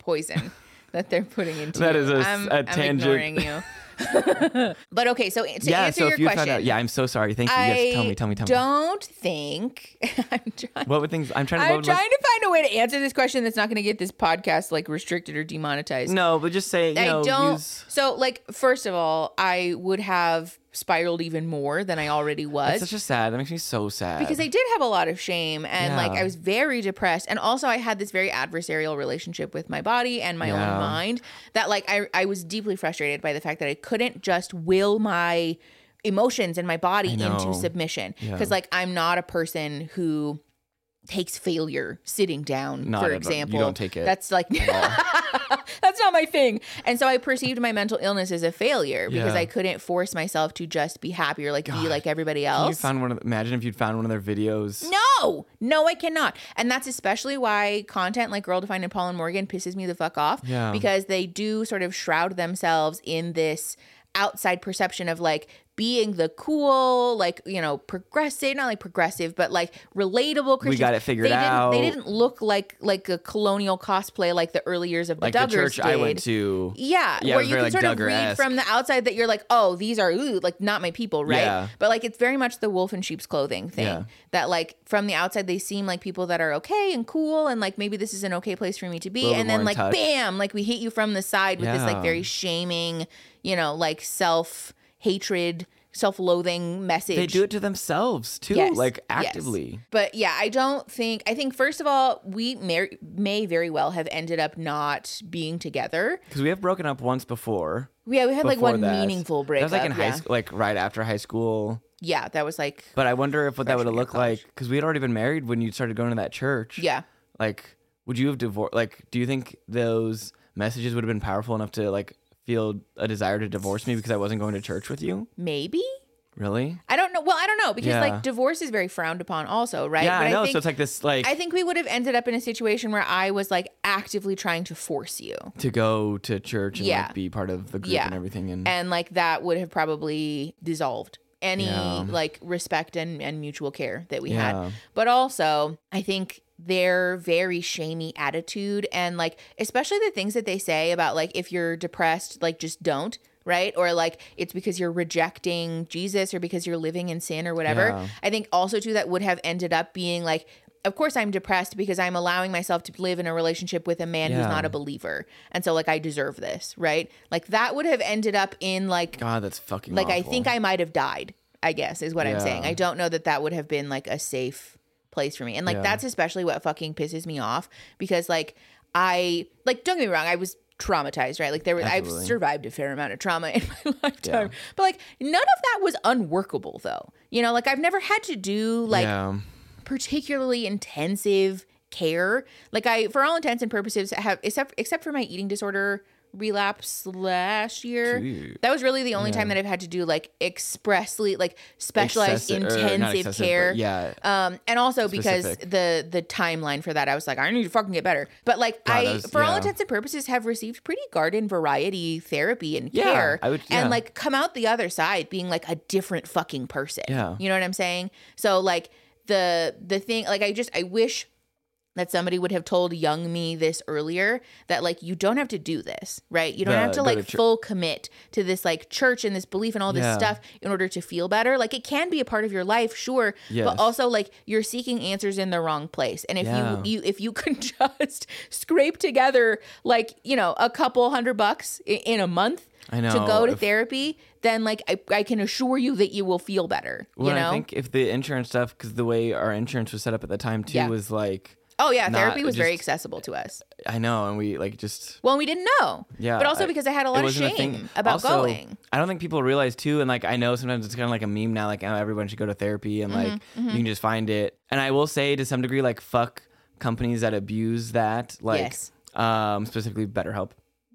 A: poison <laughs> that they're putting into.
B: That
A: you.
B: is a s-
A: I'm,
B: a
A: I'm
B: tangent.
A: ignoring you. <laughs> but okay, so to answer your
B: you
A: question,
B: yeah, I'm so sorry. Thank you.
A: I
B: yes, tell me, tell me, tell me.
A: don't think <laughs> I'm
B: <laughs>
A: trying.
B: What would things? I'm trying to. what
A: I'm
B: would, like-
A: trying to find a way to answer this question that's not going to get this podcast like restricted or demonetized.
B: no, but just say you
A: I
B: know.
A: don't.
B: Use,
A: So, like, first of all, I would have spiraled even more than I already was.
B: that's such a sad. That makes me so sad.
A: because I did have a lot of shame and like
B: Yeah.
A: I was very depressed and also I had this very adversarial relationship with my body and my
B: Yeah.
A: own mind that like I I was deeply frustrated by the fact that I couldn't just will my emotions and my body
B: know.
A: into submission
B: Yeah.
A: because like I'm not a person who takes failure sitting down
B: Not
A: for
B: at all. You
A: example
B: don't take it
A: that's like <laughs> that's not my thing and so i perceived my mental illness as a failure because
B: Yeah.
A: i couldn't force myself to just be happy or like be like everybody
B: If
A: else
B: you found one. Of, imagine if you'd found one of their videos.
A: no, no, I cannot. And that's especially why content like Girl Defined and Paul and Morgan pisses me the fuck off.
B: Yeah.
A: Because they do sort of shroud themselves in this outside perception of like, being the cool, like you know, progressive, not like progressive, but like relatable Christians.
B: got it figured
A: they didn't,
B: out.
A: They didn't look like like a colonial cosplay like the early years of the
B: like
A: Duggars
B: the church
A: did.
B: I went to.
A: Yeah,
B: Yeah, it
A: where
B: was
A: you
B: very,
A: can sort
B: like,
A: of read
B: Duggar-esque.
A: from the outside that you're like, oh, these are ooh, like not my people, right?
B: Yeah.
A: But like it's very much the wolf in sheep's clothing thing.
B: Yeah.
A: That like from the outside they seem like people that are okay and cool and like maybe this is an okay place for me to be.
B: Little bit
A: And
B: more
A: then
B: in
A: like
B: touch.
A: bam, like we hit you from the side with this like
B: Yeah.
A: very shaming, you know, like self hatred, self loathing message.
B: They do it to themselves too,
A: Yes,
B: like
A: yes.
B: actively.
A: But yeah, I don't think. I think first of all, we may, may very well have ended up not being together.
B: Because we have broken up once before.
A: Yeah, we had like
B: before
A: one
B: that.
A: meaningful
B: That
A: breakup.
B: was like in
A: yeah.
B: high school, like right after high school.
A: Yeah, that was like
B: But I wonder if what that would
A: Freshman
B: have
A: year
B: looked like because we had already been married when you started going to that church.
A: yeah.
B: Like, would you have divorced? Like, do you think those messages would have been powerful enough to like feel a desire to divorce me because I wasn't going to church with you?
A: Maybe?
B: Really?
A: I don't know. Well, I don't know because
B: Yeah.
A: like divorce is very frowned upon also, right?
B: yeah,
A: But
B: I know.
A: think
B: so it's like this, like
A: I think we would have ended up in a situation where I was like actively trying to force you.
B: to go to church and
A: Yeah.
B: like be part of the group
A: Yeah.
B: and everything. And,
A: And like that would have probably dissolved any
B: Yeah.
A: like respect and, and mutual care that we
B: Yeah.
A: had. But also, I think their very shamey attitude and like especially the things that they say about like if you're depressed, like just don't, right? Or like it's because you're rejecting Jesus or because you're living in sin or whatever.
B: Yeah.
A: I think also too that would have ended up being like of course I'm depressed because I'm allowing myself to live in a relationship with a man who's
B: Yeah.
A: not a believer. And so like I deserve this, right? Like that would have ended up in like
B: God, that's fucking
A: like I
B: awful.
A: think I might have died, I guess is what I'm saying.
B: Yeah.
A: I don't know that that would have been like a safe place for me. And like
B: Yeah.
A: that's especially what fucking pisses me off because like I like don't get me wrong, I was traumatized, right? Like there was I've
B: Absolutely.
A: survived a fair amount of trauma <laughs> in my lifetime. But like none of that was unworkable though. You know, like I've never had to do like
B: yeah.
A: particularly intensive care. Like I, for all intents and purposes, have except except for my eating disorder relapse last year.
B: Gee.
A: That was really the only time that I've had to do like expressly like specialized
B: Excessi- or not
A: intensive
B: excessive, but
A: care.
B: Yeah.
A: Um, and also
B: Specific.
A: because the the timeline for that, I was like, I need to fucking get better. But like, I
B: that was-
A: for all
B: yeah.
A: intents and purposes have received pretty garden variety therapy and
B: Yeah,
A: care,
B: I would- yeah.
A: and like come out the other side being like a different fucking person.
B: Yeah.
A: you know what I'm saying? So like the the thing, like I just I wish that somebody would have told young me this earlier that like you don't have to do this right you don't
B: Yeah,
A: have to
B: go
A: like
B: to chur-
A: full commit to this like church and this belief and all this
B: Yeah.
A: stuff in order to feel better like it can be a part of your life sure
B: Yes.
A: but also like you're seeking answers in the wrong place and if
B: Yeah.
A: you you if you <laughs> can just scrape together like you know a couple hundred bucks in, in a month
B: I
A: to go
B: know,
A: to
B: if-
A: therapy then like I, I can assure you that you will feel better
B: Well,
A: you
B: and
A: know
B: I think if the insurance stuff, because the way our insurance was set up at the time too
A: Yeah.
B: was like,
A: oh yeah
B: not
A: therapy was very
B: just-
A: accessible to us
B: I know, and we like just
A: Well, we didn't know.
B: yeah.
A: But also because I had a
B: it
A: lot of
B: wasn't thing.
A: shame about
B: Also,
A: going.
B: I don't think people realize too, and like I know sometimes it's kind of like a meme now, like oh, everyone should go to therapy, and like
A: Mm-hmm,
B: you can just find it. And I will say to some degree, like fuck companies that abuse that, like
A: Yes.
B: um, specifically BetterHelp.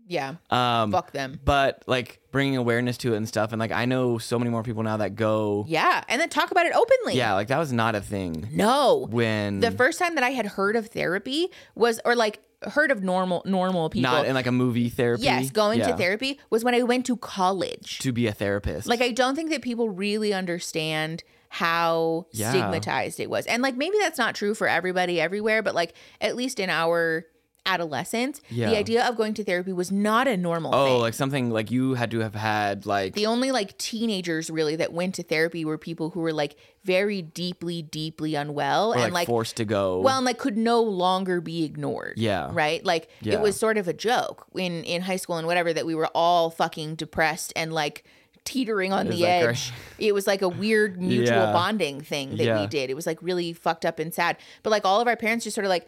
A: Yeah.
B: Um,
A: Fuck them.
B: but like bringing awareness to it and stuff, and like I know so many more people now that go, yeah,
A: Yeah. And then talk about it openly.
B: like that was not a thing
A: No.
B: when
A: The first time that I had heard of therapy was or like heard of normal normal people.
B: not in like a movie therapy.
A: yes, going
B: Yeah.
A: to therapy was when I went to college.
B: to be a therapist.
A: Like I don't think that people really understand how
B: Yeah.
A: stigmatized it was. And like maybe that's not true for everybody everywhere, but like at least in our adolescence,
B: Yeah.
A: the idea of going to therapy was not a normal thing.
B: oh, like something like you had to have had like
A: the only like teenagers really that went to therapy were people who were like very deeply deeply unwell
B: or,
A: and like,
B: forced to go.
A: well and like could no longer be ignored
B: Yeah.
A: right like
B: Yeah.
A: it was sort of a joke in in high school and whatever that we were all fucking depressed and like teetering on
B: was
A: the
B: like our- <laughs>
A: edge it was like a weird mutual
B: Yeah.
A: bonding thing that we
B: Yeah.
A: did it was like really fucked up and sad but like all of our parents just sort of like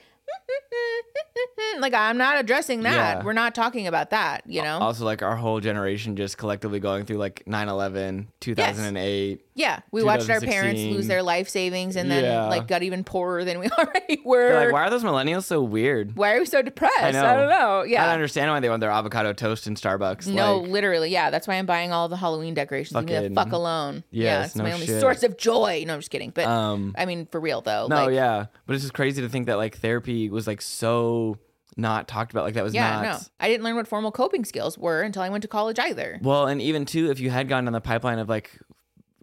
A: <laughs> like i'm not addressing that
B: Yeah. Uh,
A: we're not talking about that you know
B: also like our whole generation just collectively going through like 9/11, 2008.
A: Yeah, we watched our parents
B: 2016.
A: lose their life savings and then
B: Yeah.
A: like got even poorer than we <laughs> already were.
B: You're like why are those millennials so weird?
A: Why are we so depressed? I,
B: know.
A: don't know.
B: I
A: Yeah.
B: don't understand why they want their avocado toast in Starbucks.
A: no,
B: like,
A: literally, yeah. That's why I'm buying all the Halloween decorations. Leave me the
B: Fucking-
A: fuck
B: <laughs>
A: alone. yeah,
B: Yes,
A: it's
B: no
A: my only
B: shit.
A: source of joy. No, I'm just kidding. But
B: Um,
A: I mean, for real though.
B: no,
A: like,
B: yeah, but it's just crazy to think that like therapy was like so not talked about. Like that was
A: yeah,
B: not.
A: no. I didn't learn what formal coping skills were until I went to college either.
B: Well, and even too, if you had gone down the pipeline of like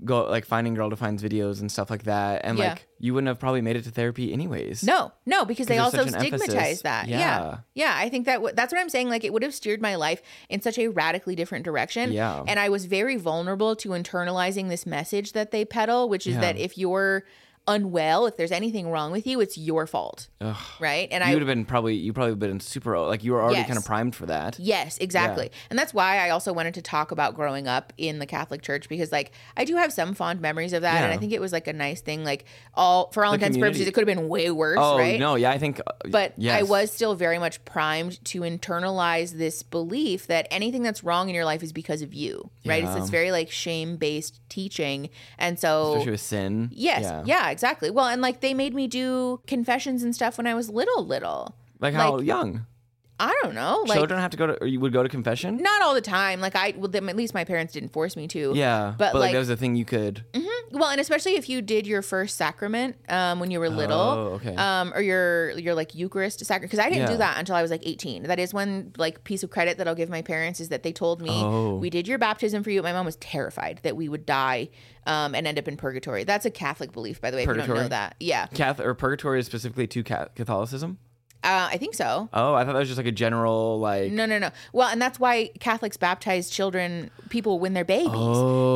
B: go like finding girl defines videos and stuff like that and
A: Yeah.
B: like you wouldn't have probably made it to therapy anyways
A: No, no, because they
B: there's
A: also
B: such an emphasis.
A: stigmatize that. Yeah.
B: Yeah.
A: yeah, I think that w- that's what I'm saying. Like, it would have steered my life in such a radically different direction.
B: Yeah.
A: and I was very vulnerable to internalizing this message that they peddle, which is
B: Yeah.
A: that if you're unwell, if there's anything wrong with you, it's your fault. Right? And
B: you
A: I
B: would have been probably you probably would have been super like you were already
A: Yes.
B: kind of primed for that
A: Yes, exactly. And that's why I also wanted to talk about growing up in the Catholic Church because like I do have some fond memories of that and
B: Yeah.
A: I think it was like a nice thing like all for all intents and purposes
B: community-
A: it could have been way worse,
B: oh
A: right?
B: no yeah i think
A: But I
B: yes.
A: was still very much primed to internalize this belief that anything that's wrong in your life is because of you, right? It's
B: Yeah.
A: this very like shame-based teaching. And so
B: especially with sin
A: Yes. Yeah. exactly. Well, and like they made me do confessions and stuff when I was little, little.
B: like how
A: like,
B: young
A: I don't know. Like
B: children have to go to or you would go to confession
A: not all the time. Like I, well, them, at least my parents didn't force me to.
B: yeah
A: but, like- Mm-hmm.
B: like, that was the thing you could
A: Well, and especially if you did your first sacrament um, when you were little,
B: Oh, okay.
A: um, or your your like Eucharist sacrament. Because I didn't
B: Yeah.
A: do that until I was like 18. That is one like piece of credit that I'll give my parents is that they told me
B: Oh.
A: we did your baptism for you. My mom was terrified that we would die um, and end up in purgatory. That's a Catholic belief, by the way. If you don't
B: Purgatory?
A: know that, yeah, uh,
B: Cath or purgatory is specifically to Ca- Catholicism.
A: Uh, I think so.
B: Oh, I thought that was just like a general like.
A: No, no, no. Well, and that's why Catholics baptize children, people when they're babies,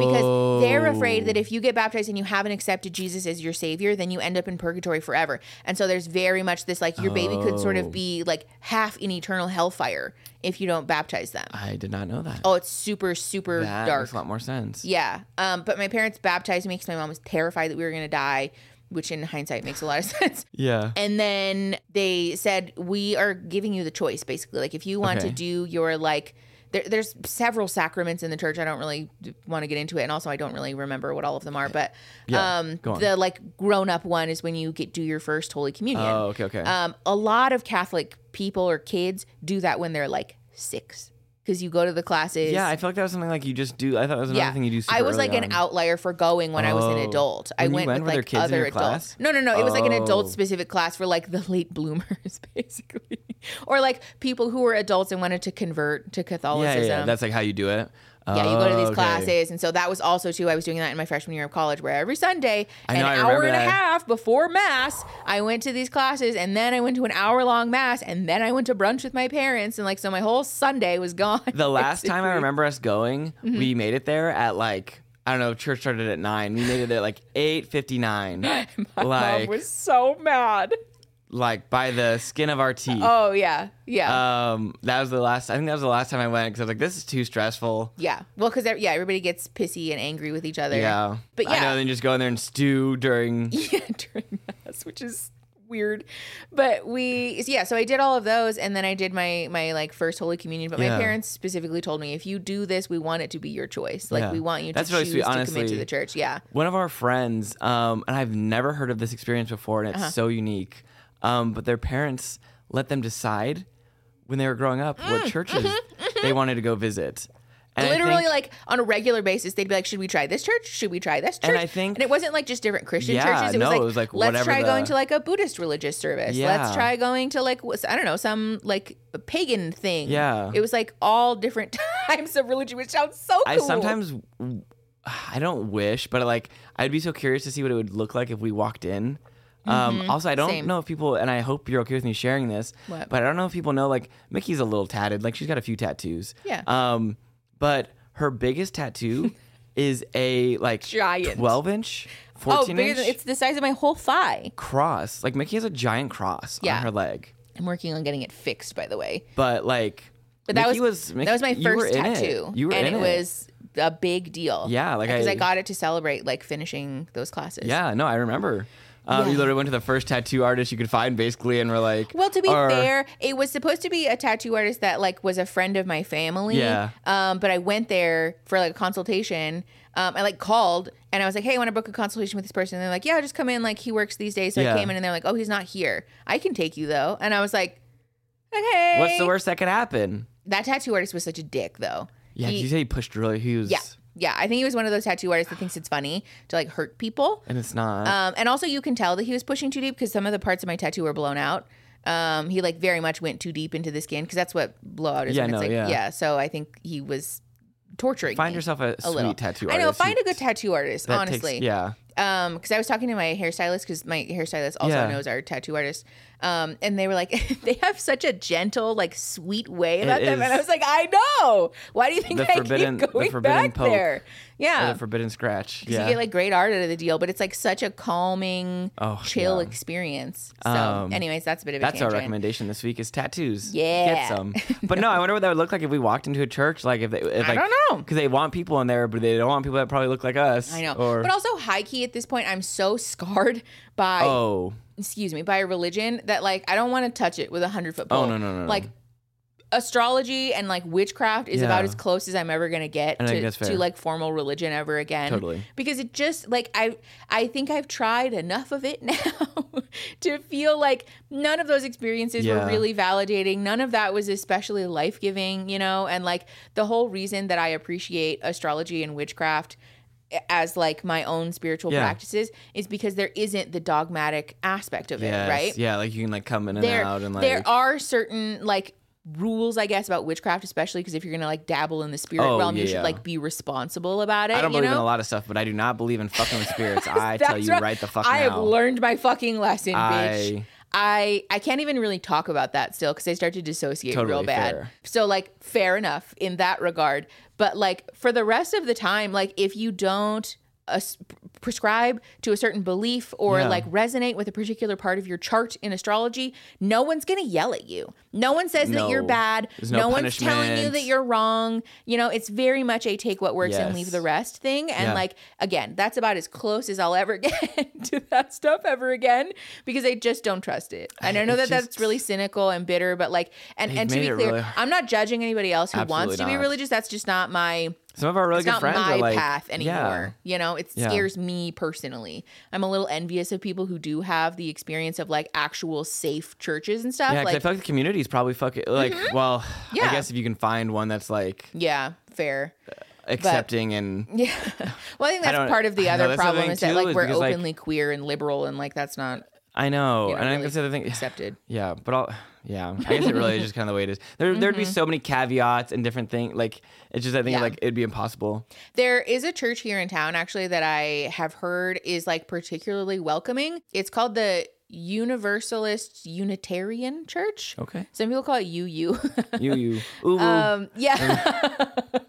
A: because they're
B: Oh.
A: afraid that if you get baptized and you haven't accepted Jesus as your savior, then you end up in purgatory forever. And so there's very much this like your baby could sort
B: Oh.
A: of be like half in eternal hellfire if you don't baptize them.
B: I did not know that.
A: Oh, it's super, super
B: that
A: dark.
B: makes a lot more sense.
A: Yeah. Um, but my parents baptized me because my mom was terrified that we were going to die, which in hindsight makes a lot of <laughs> sense.
B: Yeah.
A: And then they said, We are giving you the choice, basically. Like, if you want
B: Okay.
A: to do your, like, there, there's several sacraments in the church. I don't really want to get into it. And also, I don't really remember what all of them are. But
B: Yeah,
A: um,
B: go on.
A: the, like, grown up one is when you get do your first Holy Communion.
B: Oh, okay, okay.
A: Um, a lot of Catholic people or kids do that when they're, like, six. Because you go to the classes.
B: yeah, I feel like that was something like you just do. I thought it was another
A: Yeah,
B: thing you do. Super
A: I was
B: early
A: like an
B: on.
A: outlier for going when I was an
B: Oh.
A: adult. I
B: When you
A: went,
B: went,
A: with
B: were there
A: like
B: kids in
A: other
B: your
A: adults.
B: class?
A: No, no, no. It was like an
B: Oh.
A: adult specific class for like the late <laughs> bloomers, basically, or like people who were adults and wanted to convert to
B: Yeah,
A: Catholicism.
B: yeah, yeah, that's like how you do it.
A: Yeah, you go to
B: Oh,
A: these
B: okay.
A: classes, and so that was also too. I was doing that in my freshman year of college, where every Sunday,
B: I know,
A: an
B: I
A: hour
B: remember
A: and a
B: that.
A: half before mass, I went to these classes, and then I went to an hour long mass, and then I went to brunch with my parents, and like so, my whole Sunday was gone. <laughs>
B: The last time I remember us going,
A: Mm-hmm.
B: we made it there at like I don't know. Church started at nine. We made it
A: <laughs>
B: at like eight fifty nine.
A: Mom
B: <laughs> like
A: was so mad.
B: like by the skin of our <laughs> teeth.
A: Oh yeah, yeah.
B: Um, that was the last. I think that was the last time I went because I was like, this is too stressful.
A: Yeah. Well, because yeah, everybody gets pissy and angry with each other.
B: Yeah.
A: But
B: I know,
A: yeah,
B: then just go in there and stew
A: <laughs>
B: during.
A: yeah, during mass, which is weird. But we yeah, so I did all of those, and then I did my my like first Holy Communion. But
B: Yeah.
A: my parents specifically told me if you do this, we want it to be your choice. Like
B: Yeah.
A: we want you to
B: That's really
A: choose
B: sweet,
A: to commit
B: honestly.
A: to the church. Yeah.
B: One of our friends, um, and I've never heard of this experience before, and it's
A: Uh-huh.
B: so unique. Um, but their parents let them decide when they were growing up what churches they wanted to go visit. And I
A: Mm. Mm-hmm. Literally,
B: think-
A: like on a regular basis, they'd be like, "Should we try this church? Should we try this church?"
B: And I think-
A: and it wasn't like just different Christian
B: Yeah,
A: churches. It
B: no,
A: was like,
B: it was, like,
A: let's
B: whatever
A: try going
B: the-
A: to like a Buddhist religious service.
B: Yeah.
A: Let's try going to like what's- I don't know some like pagan thing.
B: Yeah.
A: it was like all different <laughs> types of religion, which sounds so cool.
B: I sometimes, <sighs> I don't wish, but like, I'd be so curious to see what it would look like if we walked in. Um, also, I don't
A: Mm-hmm. same.
B: know if people, and I hope you're okay with me sharing this,
A: What?
B: but I don't know if people know, like, Mickey's a little tatted. Like, she's got a few tattoos.
A: Yeah.
B: Um, but her
A: <laughs>
B: biggest tattoo is a, like,
A: Giant.
B: 12 inch,
A: oh,
B: 14
A: bigger
B: inch
A: than, it's the size of my whole thigh.
B: cross. Like, Mickey has a giant cross
A: Yeah.
B: on her leg.
A: I'm working on getting it fixed, by the way.
B: But, like,
A: But that
B: Mickey
A: was,
B: Mickey-
A: that was my
B: you were
A: first
B: in it.
A: tattoo.
B: You were
A: and
B: in
A: it, was a big deal.
B: Yeah, like,
A: because
B: I-
A: I got it to celebrate like finishing those classes.
B: Yeah, no, I remember. Um, You
A: Yeah.
B: literally went to the first tattoo artist you could find, basically, and were like,
A: Well, to be
B: or-
A: fair, it was supposed to be a tattoo artist that like was a friend of my family.
B: Yeah.
A: Um, but I went there for like a consultation. Um, I like called and I was like, "Hey, I want to book a consultation with this person." And they're like, "Yeah, just come in. Like he works these days." So
B: Yeah.
A: I came in and they're like, "Oh, he's not here. I can take you though." And I was like, "Okay."
B: what's the worst that could happen?
A: That tattoo artist was such a dick though.
B: Yeah, 'cause
A: He-
B: you say he pushed really. He was,
A: yeah. Yeah, I think he was one of those tattoo artists that thinks it's funny to like hurt people.
B: and it's not.
A: Um, and also, you can tell that he was pushing too deep because some of the parts of my tattoo were blown out. Um, he like very much went too deep into the skin because that's what blowout is.
B: Yeah,
A: when
B: no,
A: it's like,
B: yeah.
A: So I think he was torturing.
B: Find
A: me
B: yourself a,
A: a
B: sweet
A: little
B: tattoo
A: I
B: artist.
A: know. Find
B: who-
A: a good tattoo artist.
B: that takes-
A: honestly,
B: yeah.
A: um because i was talking to my hairstylist because my hairstylist also
B: Yeah.
A: knows our tattoo artist um and they were like <laughs> they have such a gentle like sweet way about them and i
B: is.
A: was like i know why do you think
B: The
A: i
B: forbidden- the
A: keep going
B: forbidden
A: back
B: poke.
A: there yeah
B: The forbidden scratch.
A: um, 'Cause
B: Yeah.
A: you get like great art out of the deal but it's like such a calming
B: Oh,
A: chill
B: yeah.
A: experience so
B: Um,
A: anyways that's a bit of a
B: That's our
A: tangent.
B: recommendation this week is tattoos.
A: Yeah.
B: Get
A: <laughs>
B: some. But no, I wonder what that would look like if we walked into a church. Like if they, if
A: I
B: like,
A: don't know.
B: Because they want people in there, but they don't want people that probably look like us.
A: I know,
B: Or,
A: but also high key at this point, I'm so <laughs> scarred by
B: oh,
A: excuse me, by a religion that like I don't want to touch it with a hundred foot pole.
B: Oh, no, no, no, no.
A: Like astrology and like witchcraft is about
B: Yeah.
A: as close as I'm ever gonna get
B: I think
A: to,
B: that's fair.
A: to like formal religion ever again.
B: Totally.
A: Because it just like I I think I've tried enough of it <laughs> now to feel like none of those experiences were
B: Yeah.
A: really validating. None of that was especially life giving, you know, and like the whole reason that I appreciate astrology and witchcraft as like my own spiritual
B: Yeah.
A: practices is because there isn't the dogmatic aspect of
B: yes.
A: it, right?
B: Yeah. Like you can like come in and
A: There,
B: out and like.
A: there are certain like rules, I guess, about witchcraft, especially because if you're gonna like dabble in the spirit
B: Oh,
A: realm, you
B: yeah.
A: should like be responsible about it.
B: I don't
A: you
B: believe
A: know?
B: in a lot of stuff, but I do not believe in fucking with
A: <laughs>
B: spirits. I tell
A: That's
B: you
A: right.
B: right the fuck
A: I
B: now.
A: have learned my fucking lesson, bitch.
B: I-
A: I I can't even really talk about that still because I start to dissociate real
B: Totally
A: bad.
B: fair.
A: So like fair enough in that regard, but like for the rest of the time, like if you don't uh, prescribe to a certain belief or
B: Yeah.
A: like resonate with a particular part of your chart in astrology, no one's gonna yell at you. No one says that you're
B: No.
A: bad.
B: There's no
A: one's telling you
B: punishment.
A: that you're wrong. You know, it's very much a take what works and
B: Yes.
A: leave the rest thing. And
B: Yeah.
A: like again, that's about as close as I'll ever <laughs> get to that stuff ever again because I just don't trust it. And I know
B: it
A: that that's
B: just-
A: really cynical and bitter, but like, and and to
B: made
A: be
B: it
A: clear,
B: really hard.
A: I'm not judging anybody else who wants
B: Absolutely
A: to be
B: not.
A: religious. That's just not my
B: Some of our really
A: it's
B: good
A: not
B: friends
A: my
B: are like
A: path
B: yeah.
A: anymore. You know, it
B: Yeah.
A: scares me personally. I'm a little envious of people who do have the experience of like actual safe churches and stuff.
B: Yeah, 'cause I
A: like, Mm-hmm.
B: feel like the community is probably fucking like. Well,
A: Yeah.
B: I guess if you can find one that's like
A: yeah, fair. <laughs>
B: accepting and
A: Yeah. Well, I think that's
B: don't-
A: part of the
B: I know,
A: other
B: that's the
A: problem
B: thing
A: is that
B: too,
A: like
B: is
A: we're
B: because, like-
A: openly queer and liberal and like that's not
B: I know,
A: you know,
B: and I
A: really
B: think that's the other thing.
A: accepted.
B: <sighs> Yeah, but I'll, yeah, I guess it really
A: <laughs>
B: is just kind of the way it is. There, there'd be so many caveats and different things. Like it's just, I think
A: Mm-hmm. Yeah.
B: like it'd be impossible.
A: There is a church here in town actually that I have heard is like particularly welcoming. It's called the Universalist Unitarian Church.
B: Okay,
A: Some people call it <laughs> UU.
B: <laughs> you, you, Oh. ooh, ooh.
A: um, yeah.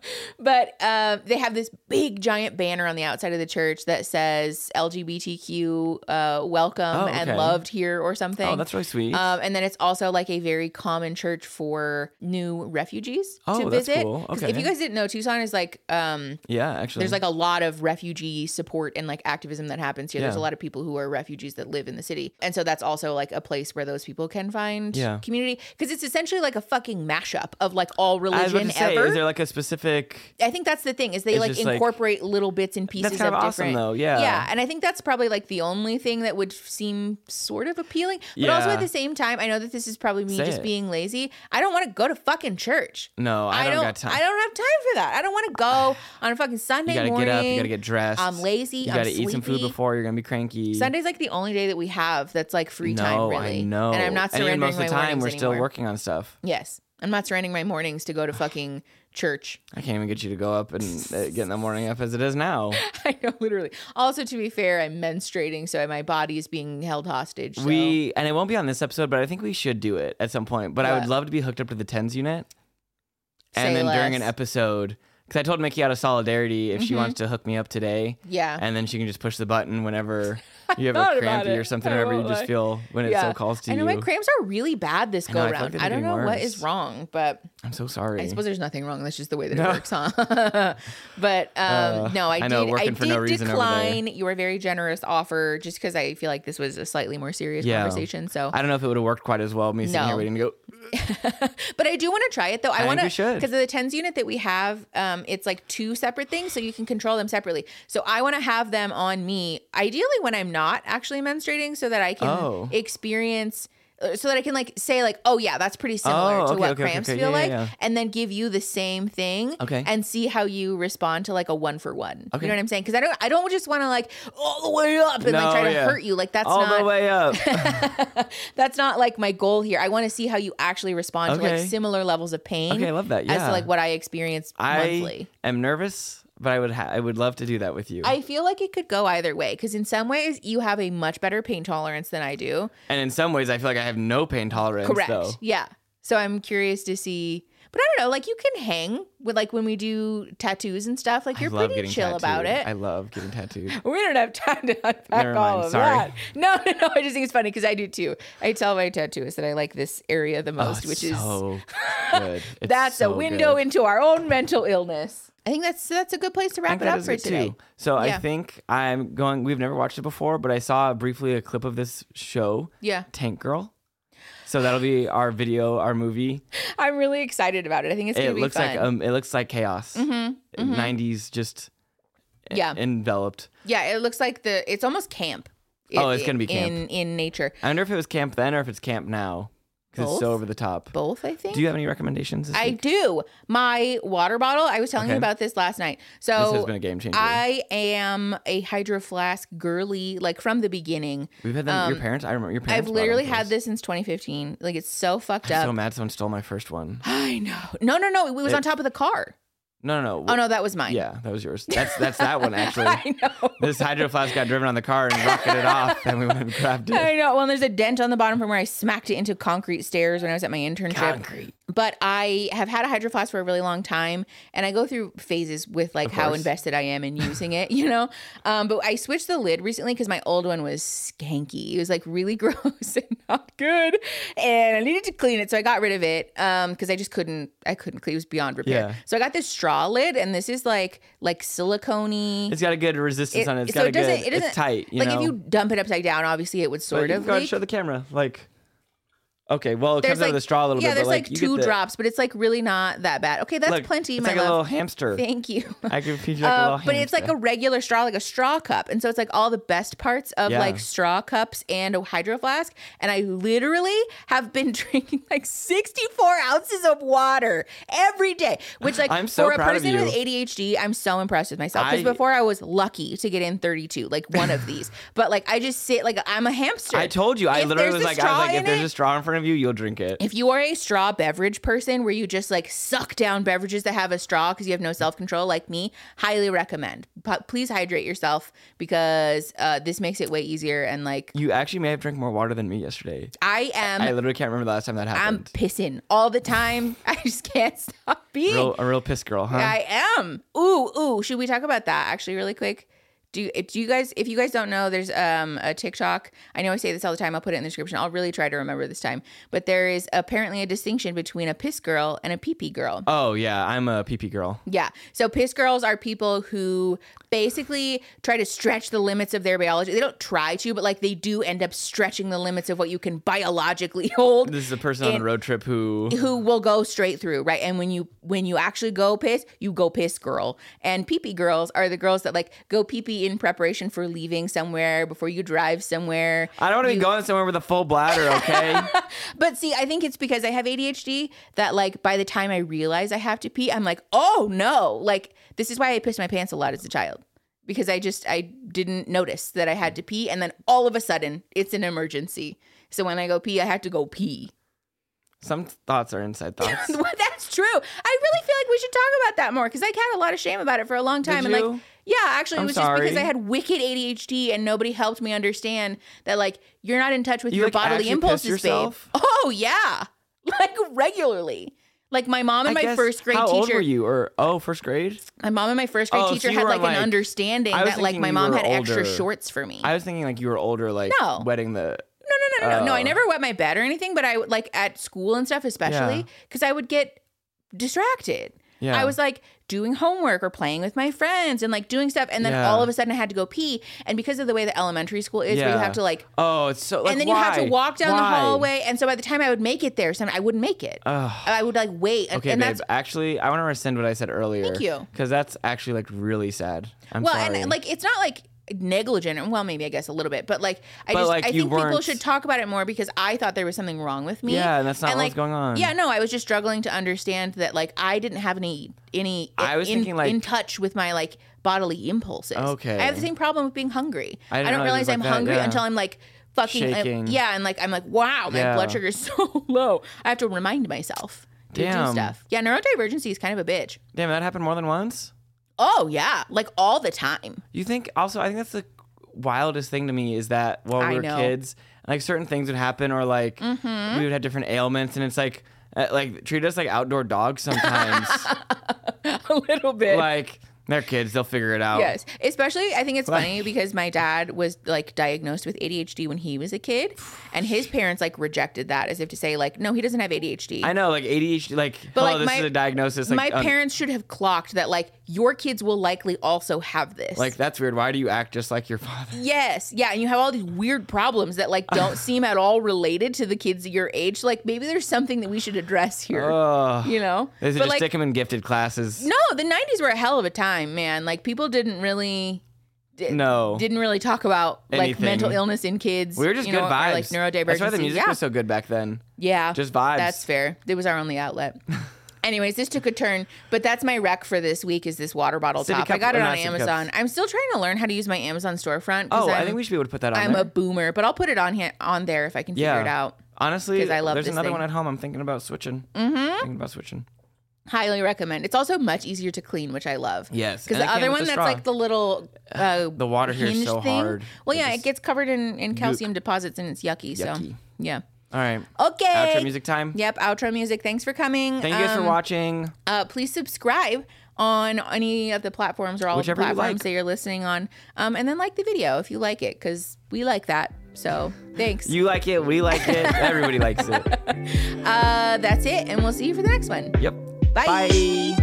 A: <laughs> but uh, they have this big giant banner on the outside of the church that says LGBTQ uh, welcome
B: Oh,
A: and
B: okay.
A: loved here or something.
B: oh, that's really sweet.
A: Um, and then it's also like a very common church for new refugees to
B: Oh, that's
A: visit.
B: cool.
A: 'Cause If
B: Okay.
A: you guys didn't know, Tucson is like um,
B: yeah, actually,
A: there's like a lot of refugee support and like activism that happens here. There's a
B: Yeah.
A: lot of people who are refugees that live in the city. And so that's also like a place where those people can find
B: Yeah.
A: community because it's essentially like a fucking mashup of like all
B: I was about
A: religion
B: to say,
A: ever.
B: is there like a specific?
A: I think that's the thing is they
B: It's
A: like
B: just, like-
A: incorporate little bits and pieces
B: kind of awesome,
A: different.
B: though. Yeah.
A: yeah, and I think that's probably like the only thing that would seem sort of appealing. But also
B: Yeah.
A: at the same time, I know that this is probably me
B: Say
A: just
B: it.
A: being lazy. I don't want to go to fucking church.
B: No, I, don't, got time.
A: I don't have time for that. I don't want to
B: <sighs>
A: go on a fucking Sunday
B: you gotta
A: morning.
B: get up. You gotta get dressed.
A: I'm lazy,
B: You
A: I'm
B: gotta eat some food
A: sleepy.
B: before. You're gonna be cranky.
A: Sunday's like the only day that we have that's like free
B: no,
A: time, really.
B: I know.
A: And I'm not surrendering
B: even most
A: my
B: of the time,
A: mornings
B: we're still
A: anymore.
B: working on stuff.
A: Yes, I'm not surrendering my mornings to go
B: <sighs>
A: to fucking church. <laughs>
B: I can't even get you to go up and uh, get in the morning up as it is now.
A: I know, literally. Also, to be fair, I'm menstruating, so my body is being held hostage. <laughs> So.
B: We and it won't be on this episode, but I think we should do it at some point. But I
A: What?
B: would love to be hooked up to the tens unit, and
A: Say
B: then during
A: less.
B: an
A: Mm-hmm.
B: episode, because I told Mickey out of solidarity if she wants to hook me up today,
A: yeah.
B: and then she can just push the button
A: <laughs>
B: whenever you have
A: thought
B: a
A: about
B: crampy
A: it.
B: or something,
A: I
B: or whenever you
A: won't
B: just
A: lie.
B: feel when it so calls to
A: I know
B: you.
A: my cramps are really bad this
B: I know,
A: go
B: I feel like
A: round.
B: they're
A: I don't
B: getting
A: know what
B: worse.
A: is wrong, but
B: I'm so sorry.
A: I suppose there's nothing wrong. That's just the way that it
B: No.
A: works, huh? <laughs> but um,
B: Uh,
A: no, I,
B: I know,
A: did. I
B: working
A: did
B: for no reason over there.
A: decline your very generous offer just because I feel like this was a slightly more serious
B: Yeah.
A: conversation. So
B: I don't know if it would have worked quite as well. Me sitting
A: No.
B: here waiting to go.
A: <laughs> But I do want to try it though. I,
B: think
A: want to
B: we should.
A: because the tens unit that we have, um, it's like two separate things, so you can control them separately. So I want to have them on me, ideally when I'm not actually menstruating, so that I can
B: Oh.
A: experience uh, so that I can like say like, oh yeah, that's pretty similar
B: Oh,
A: to
B: okay,
A: what
B: okay, okay,
A: cramps
B: okay.
A: feel
B: Yeah, yeah,
A: like,
B: yeah.
A: and then give you the same thing,
B: Okay.
A: and see how you respond to like a one for one. You
B: Okay.
A: know what I'm saying? Because I don't, I don't just want to like all the way up and like
B: No,
A: try to
B: yeah.
A: hurt you. Like that's
B: All
A: not
B: the way up.
A: that's not like my goal here. I want to see how you actually respond to
B: Okay.
A: like similar levels of pain.
B: Okay, I love that.
A: As
B: Yeah.
A: to like what I experienced <laughs>
B: I
A: monthly.
B: am nervous, but I would ha- I would love to do that with you.
A: I feel like it could go either way because in some ways you have a much better pain tolerance than I do.
B: and in some ways, I feel like I have no pain tolerance.
A: Correct.
B: Though.
A: Yeah. So I'm curious to see. But I don't know. Like you can hang with like when we do tattoos and stuff. Like you're
B: I love
A: pretty
B: getting
A: chill about it.
B: tattooed. I love getting tattooed.
A: we don't have time to unpack
B: Never
A: all
B: mind,
A: of
B: sorry.
A: that. No, <laughs> no, no. I just think it's funny because I do too. I tell my tattooist that I like this area the
B: Oh,
A: most,
B: it's
A: which is
B: so
A: <laughs>
B: good. It's
A: that's
B: so
A: a window
B: good.
A: into our own mental illness. I think that's that's a good place to
B: I
A: wrap
B: think
A: it
B: that
A: up
B: is
A: for
B: good,
A: today.
B: Too. So
A: Yeah.
B: I think I'm going. We've never watched it before, but I saw briefly a clip of this show,
A: <laughs> Yeah,
B: Tank Girl. So that'll be our video, our movie.
A: I'm really excited about it. I think it's gonna
B: it
A: be
B: looks
A: fun. Mm-hmm.
B: like um, it looks like chaos. Nineties just e-
A: Yeah.
B: enveloped.
A: yeah, it looks like the it's almost camp.
B: Oh,
A: i-
B: it's gonna be camp.
A: in in nature.
B: I wonder if it was camp then or if it's camp now because it's so
A: Both?
B: over the top.
A: Both, I think.
B: Do you have any recommendations? This
A: I
B: week?
A: do. My water bottle. I was telling you
B: Okay.
A: about this last night.
B: This
A: So
B: has been a game changer.
A: I am a hydro flask girly, like from the beginning.
B: We've had them. your parents. I remember your parents.
A: um, I've
B: bought
A: literally
B: them for
A: had
B: us.
A: this since 2015. Like it's so fucked
B: I'm
A: up.
B: so mad someone stole my first one.
A: <gasps> I know. No, no, no. It was on top of the car.
B: No, no, no.
A: Oh no, that was mine.
B: Yeah, that was yours. That's that's that one
A: <laughs>
B: actually.
A: I know.
B: This hydro flask got driven on the car and rocketed off, and we went and grabbed it.
A: I know. Well, there's a dent on the bottom from where I smacked it into concrete stairs when I was at my internship.
B: Concrete.
A: But I have had a hydro flask for a really long time, and I go through phases with like how
B: course.
A: invested I am in using it, <laughs> you know. Um, but I switched the lid recently because my old one was skanky. It was like really <laughs> gross and not good, and I needed to clean it, so I got rid of it because I just couldn't. I couldn't clean. It was beyond repair.
B: Yeah.
A: So I got this straw lid, and this is like like silicone.
B: It's got a good resistance on it. It's got a good. it's tight. You
A: like
B: know?
A: if you dump it upside down, obviously it would
B: But
A: sort
B: you
A: of.
B: can go ahead and
A: leak.
B: show the camera. Like, okay, well, it comes out of the straw a little
A: yeah,
B: bit.
A: there's
B: but,
A: like,
B: you get
A: two
B: the-
A: drops, but it's like really not that bad. Okay, that's
B: look,
A: plenty,
B: It's
A: my
B: like
A: love.
B: a little hamster.
A: Thank
B: <laughs>
A: you.
B: I could feature like a
A: Uh,
B: little hamster.
A: but it's like a regular straw, like a straw cup, and so it's like all the best parts of
B: Yeah.
A: like straw cups and a hydro flask. And I literally have been <laughs> drinking like 64 ounces of water every day, which like
B: I'm so
A: for a
B: proud of
A: person
B: you.
A: with ADHD, I'm so impressed with myself. Because
B: I-
A: before I was lucky to get in 32, like one of these,
B: <laughs>
A: but like I just sit like I'm a hamster.
B: I told you. I
A: If
B: literally
A: there's
B: was
A: a
B: like, I was
A: straw
B: like,
A: in
B: if there's
A: it-
B: a straw in front of you, you'll drink it.
A: if you are a straw beverage person where you just like suck down beverages that have a straw because you have no self control, like me, highly recommend. But please hydrate yourself because uh, this makes it way easier. And like,
B: You actually may have drank more water than me yesterday.
A: I am,
B: I
A: I,
B: literally can't remember the last time that
A: am
B: happened.
A: pissing all the time. <laughs> I just can't stop being.
B: real, um, a real piss girl, huh?
A: I am. Ooh, ooh. Should we talk about that actually, really quick? Do you, do you guys? If you guys don't know, there's um a TikTok. I know I say this all the time. I'll put it in the description. I'll really try to remember this time. But there is apparently a distinction between a piss girl and a pee pee girl.
B: oh yeah, I'm a pee pee girl.
A: Yeah. So piss girls are people who basically try to stretch the limits of their biology. They don't try to, but like they do end up stretching the limits of what you can biologically <laughs> hold
B: This is a person on
A: And-
B: a road
A: <laughs>
B: trip who
A: who will go straight through, right? And when you when you actually go piss, you go piss girl. And pee pee girls are the girls that like go pee pee in preparation for leaving somewhere before you drive somewhere.
B: I don't want to be going somewhere with a full bladder,
A: <laughs>
B: okay?
A: But see, I think it's because I have ADHD that like by the time I realize I have to pee, I'm like, oh no. Like this is why I pissed my pants a lot as a child. Because I just I didn't notice that I had to pee and then all of a sudden it's an emergency. So when I go pee, I have to go pee.
B: Some thoughts are
A: <laughs>
B: inside thoughts.
A: Well, That's true. I really feel like we should talk about that more because I had a lot of shame about it for a long time.
B: Did
A: and
B: you?
A: like, yeah, actually,
B: I'm
A: it was just because
B: sorry.
A: I had wicked ADHD and nobody helped me understand that like you're not in touch with
B: You,
A: your
B: like,
A: bodily
B: actually
A: impulses,
B: pissed yourself?
A: babe. Oh yeah, <laughs> like regularly. Like my mom and my
B: I guess-
A: first grade
B: how
A: teacher.
B: old were you? Or oh, first grade?
A: My mom and my first grade
B: Oh, so
A: teacher
B: you
A: had
B: were,
A: like,
B: like-
A: an understanding
B: I was
A: that like
B: thinking
A: my
B: you
A: mom
B: were
A: had extra
B: older.
A: shorts for me.
B: I was thinking like you were older, like
A: No.
B: wetting the.
A: no, no, no, no, no. I
B: Oh.
A: never wet my bed or anything, but I would like at school and stuff, especially
B: Yeah.
A: because I would get distracted.
B: Yeah.
A: I was like doing homework or playing with my friends and like doing stuff, and then
B: Yeah.
A: all of a sudden I had to go pee. And because of the way that elementary school is, where you
B: Yeah.
A: have to like,
B: Oh, it's so. Like,
A: and then you have to
B: why?
A: walk down the
B: Why?
A: hallway, and so by the time I would make it there, some I wouldn't make it.
B: Ugh.
A: I would like wait, and,
B: Okay,
A: and
B: babe.
A: that's
B: Actually, I want to rescind what I said earlier.
A: Thank you.
B: Because that's actually like really sad. I'm
A: well,
B: sorry.
A: and like it's not like negligent and well maybe i guess a little bit but like i
B: But,
A: just
B: like,
A: i
B: you
A: think people
B: weren't-
A: should talk about it more because i thought there was something wrong with me
B: Yeah, and that's not what's going on.
A: yeah no i was just struggling to understand that like i didn't have any any
B: I was
A: in,
B: thinking, like-
A: in touch with my like bodily impulses
B: Okay.
A: i have the same problem with being hungry i,
B: I didn't
A: don't
B: know it
A: realize
B: was like
A: i'm
B: that,
A: hungry
B: yeah.
A: until i'm like fucking I-
B: Shaking.
A: yeah and like i'm like wow my
B: Yeah.
A: blood sugar's <laughs> so low i have to remind myself to do
B: Damn.
A: stuff yeah neurodivergency is kind of a bitch
B: Damn, that happened more than once.
A: oh yeah like all the time <laughs>
B: You think also I think that's the wildest thing to me is that while
A: I
B: we were
A: know. Mm-hmm.
B: kids, like certain things would happen or like we would have different ailments and it's like uh, like treat us like outdoor dogs
A: <laughs>
B: sometimes.
A: a little bit
B: like they're kids, they'll figure it out.
A: Yes. Especially, I think it's funny because my dad was like diagnosed with ADHD when he was a kid, and his parents like rejected that as if to say, like, no, he doesn't have ADHD.
B: I know, like ADHD like
A: But,
B: oh,
A: like,
B: this
A: my-
B: is a diagnosis like
A: my
B: um,
A: parents should have clocked that, like, your kids will likely also have this.
B: like that's weird. Why do you act just like your father?
A: <laughs> yes. Yeah. And you have all these weird problems that, like,
B: <laughs>
A: don't seem at all related to the kids your age. Like, maybe there's something that we should address here.
B: Oh.
A: you know?
B: They should
A: But,
B: just
A: like,
B: stick him in gifted classes.
A: no, the 90s were a hell of a time, man. Like, people didn't really. di-
B: No.
A: didn't really talk about like
B: Anything.
A: mental illness in kids.
B: we were just
A: you
B: good
A: know, or,
B: vibes.
A: like neurodivergency.
B: That's why the music
A: yeah,
B: was so good back then.
A: yeah,
B: Just vibes.
A: That's fair. It was our only
B: <laughs>
A: outlet. Anyways, this took a turn, but that's my rec for this week. Is this water bottle
B: City
A: top? I
B: cup-
A: got it
B: or
A: on
B: not city cups.
A: Amazon. I'm still trying to learn how to use my Amazon storefront. 'cause
B: Oh, I
A: I'm-
B: think we should be able to put that on.
A: I'm
B: there.
A: a boomer, but I'll put it on here on there if I can figure
B: Yeah.
A: it out.
B: Honestly,
A: 'Cause I love
B: there's
A: this
B: another
A: thing.
B: one at home. I'm thinking about switching. Mm-hmm. Thinking about switching.
A: Highly recommend. It's also much easier to clean, which I love.
B: Yes,
A: because
B: and
A: the
B: it came
A: other
B: with
A: one
B: a
A: that's
B: straw.
A: like the
B: <sighs>
A: little uh,
B: The water here is
A: hinge
B: so
A: thing.
B: hard.
A: Well,
B: It
A: yeah, it
B: just-
A: gets covered in in calcium deposits and it's yucky. So
B: Yucky.
A: yeah.
B: All right.
A: Okay.
B: Outro music time.
A: Yep, outro music. Thanks for coming.
B: Thank you guys
A: Um,
B: for watching.
A: Uh, please subscribe on any of the platforms or all
B: Whichever
A: of
B: you
A: the platforms
B: like.
A: that you're listening on. Um, and then like the video if you like it, because we like that. So thanks.
B: You like it. We like it.
A: <laughs>
B: Everybody likes it.
A: uh, that's it, and we'll see you for the next one.
B: Yep.
A: Bye.
B: Bye.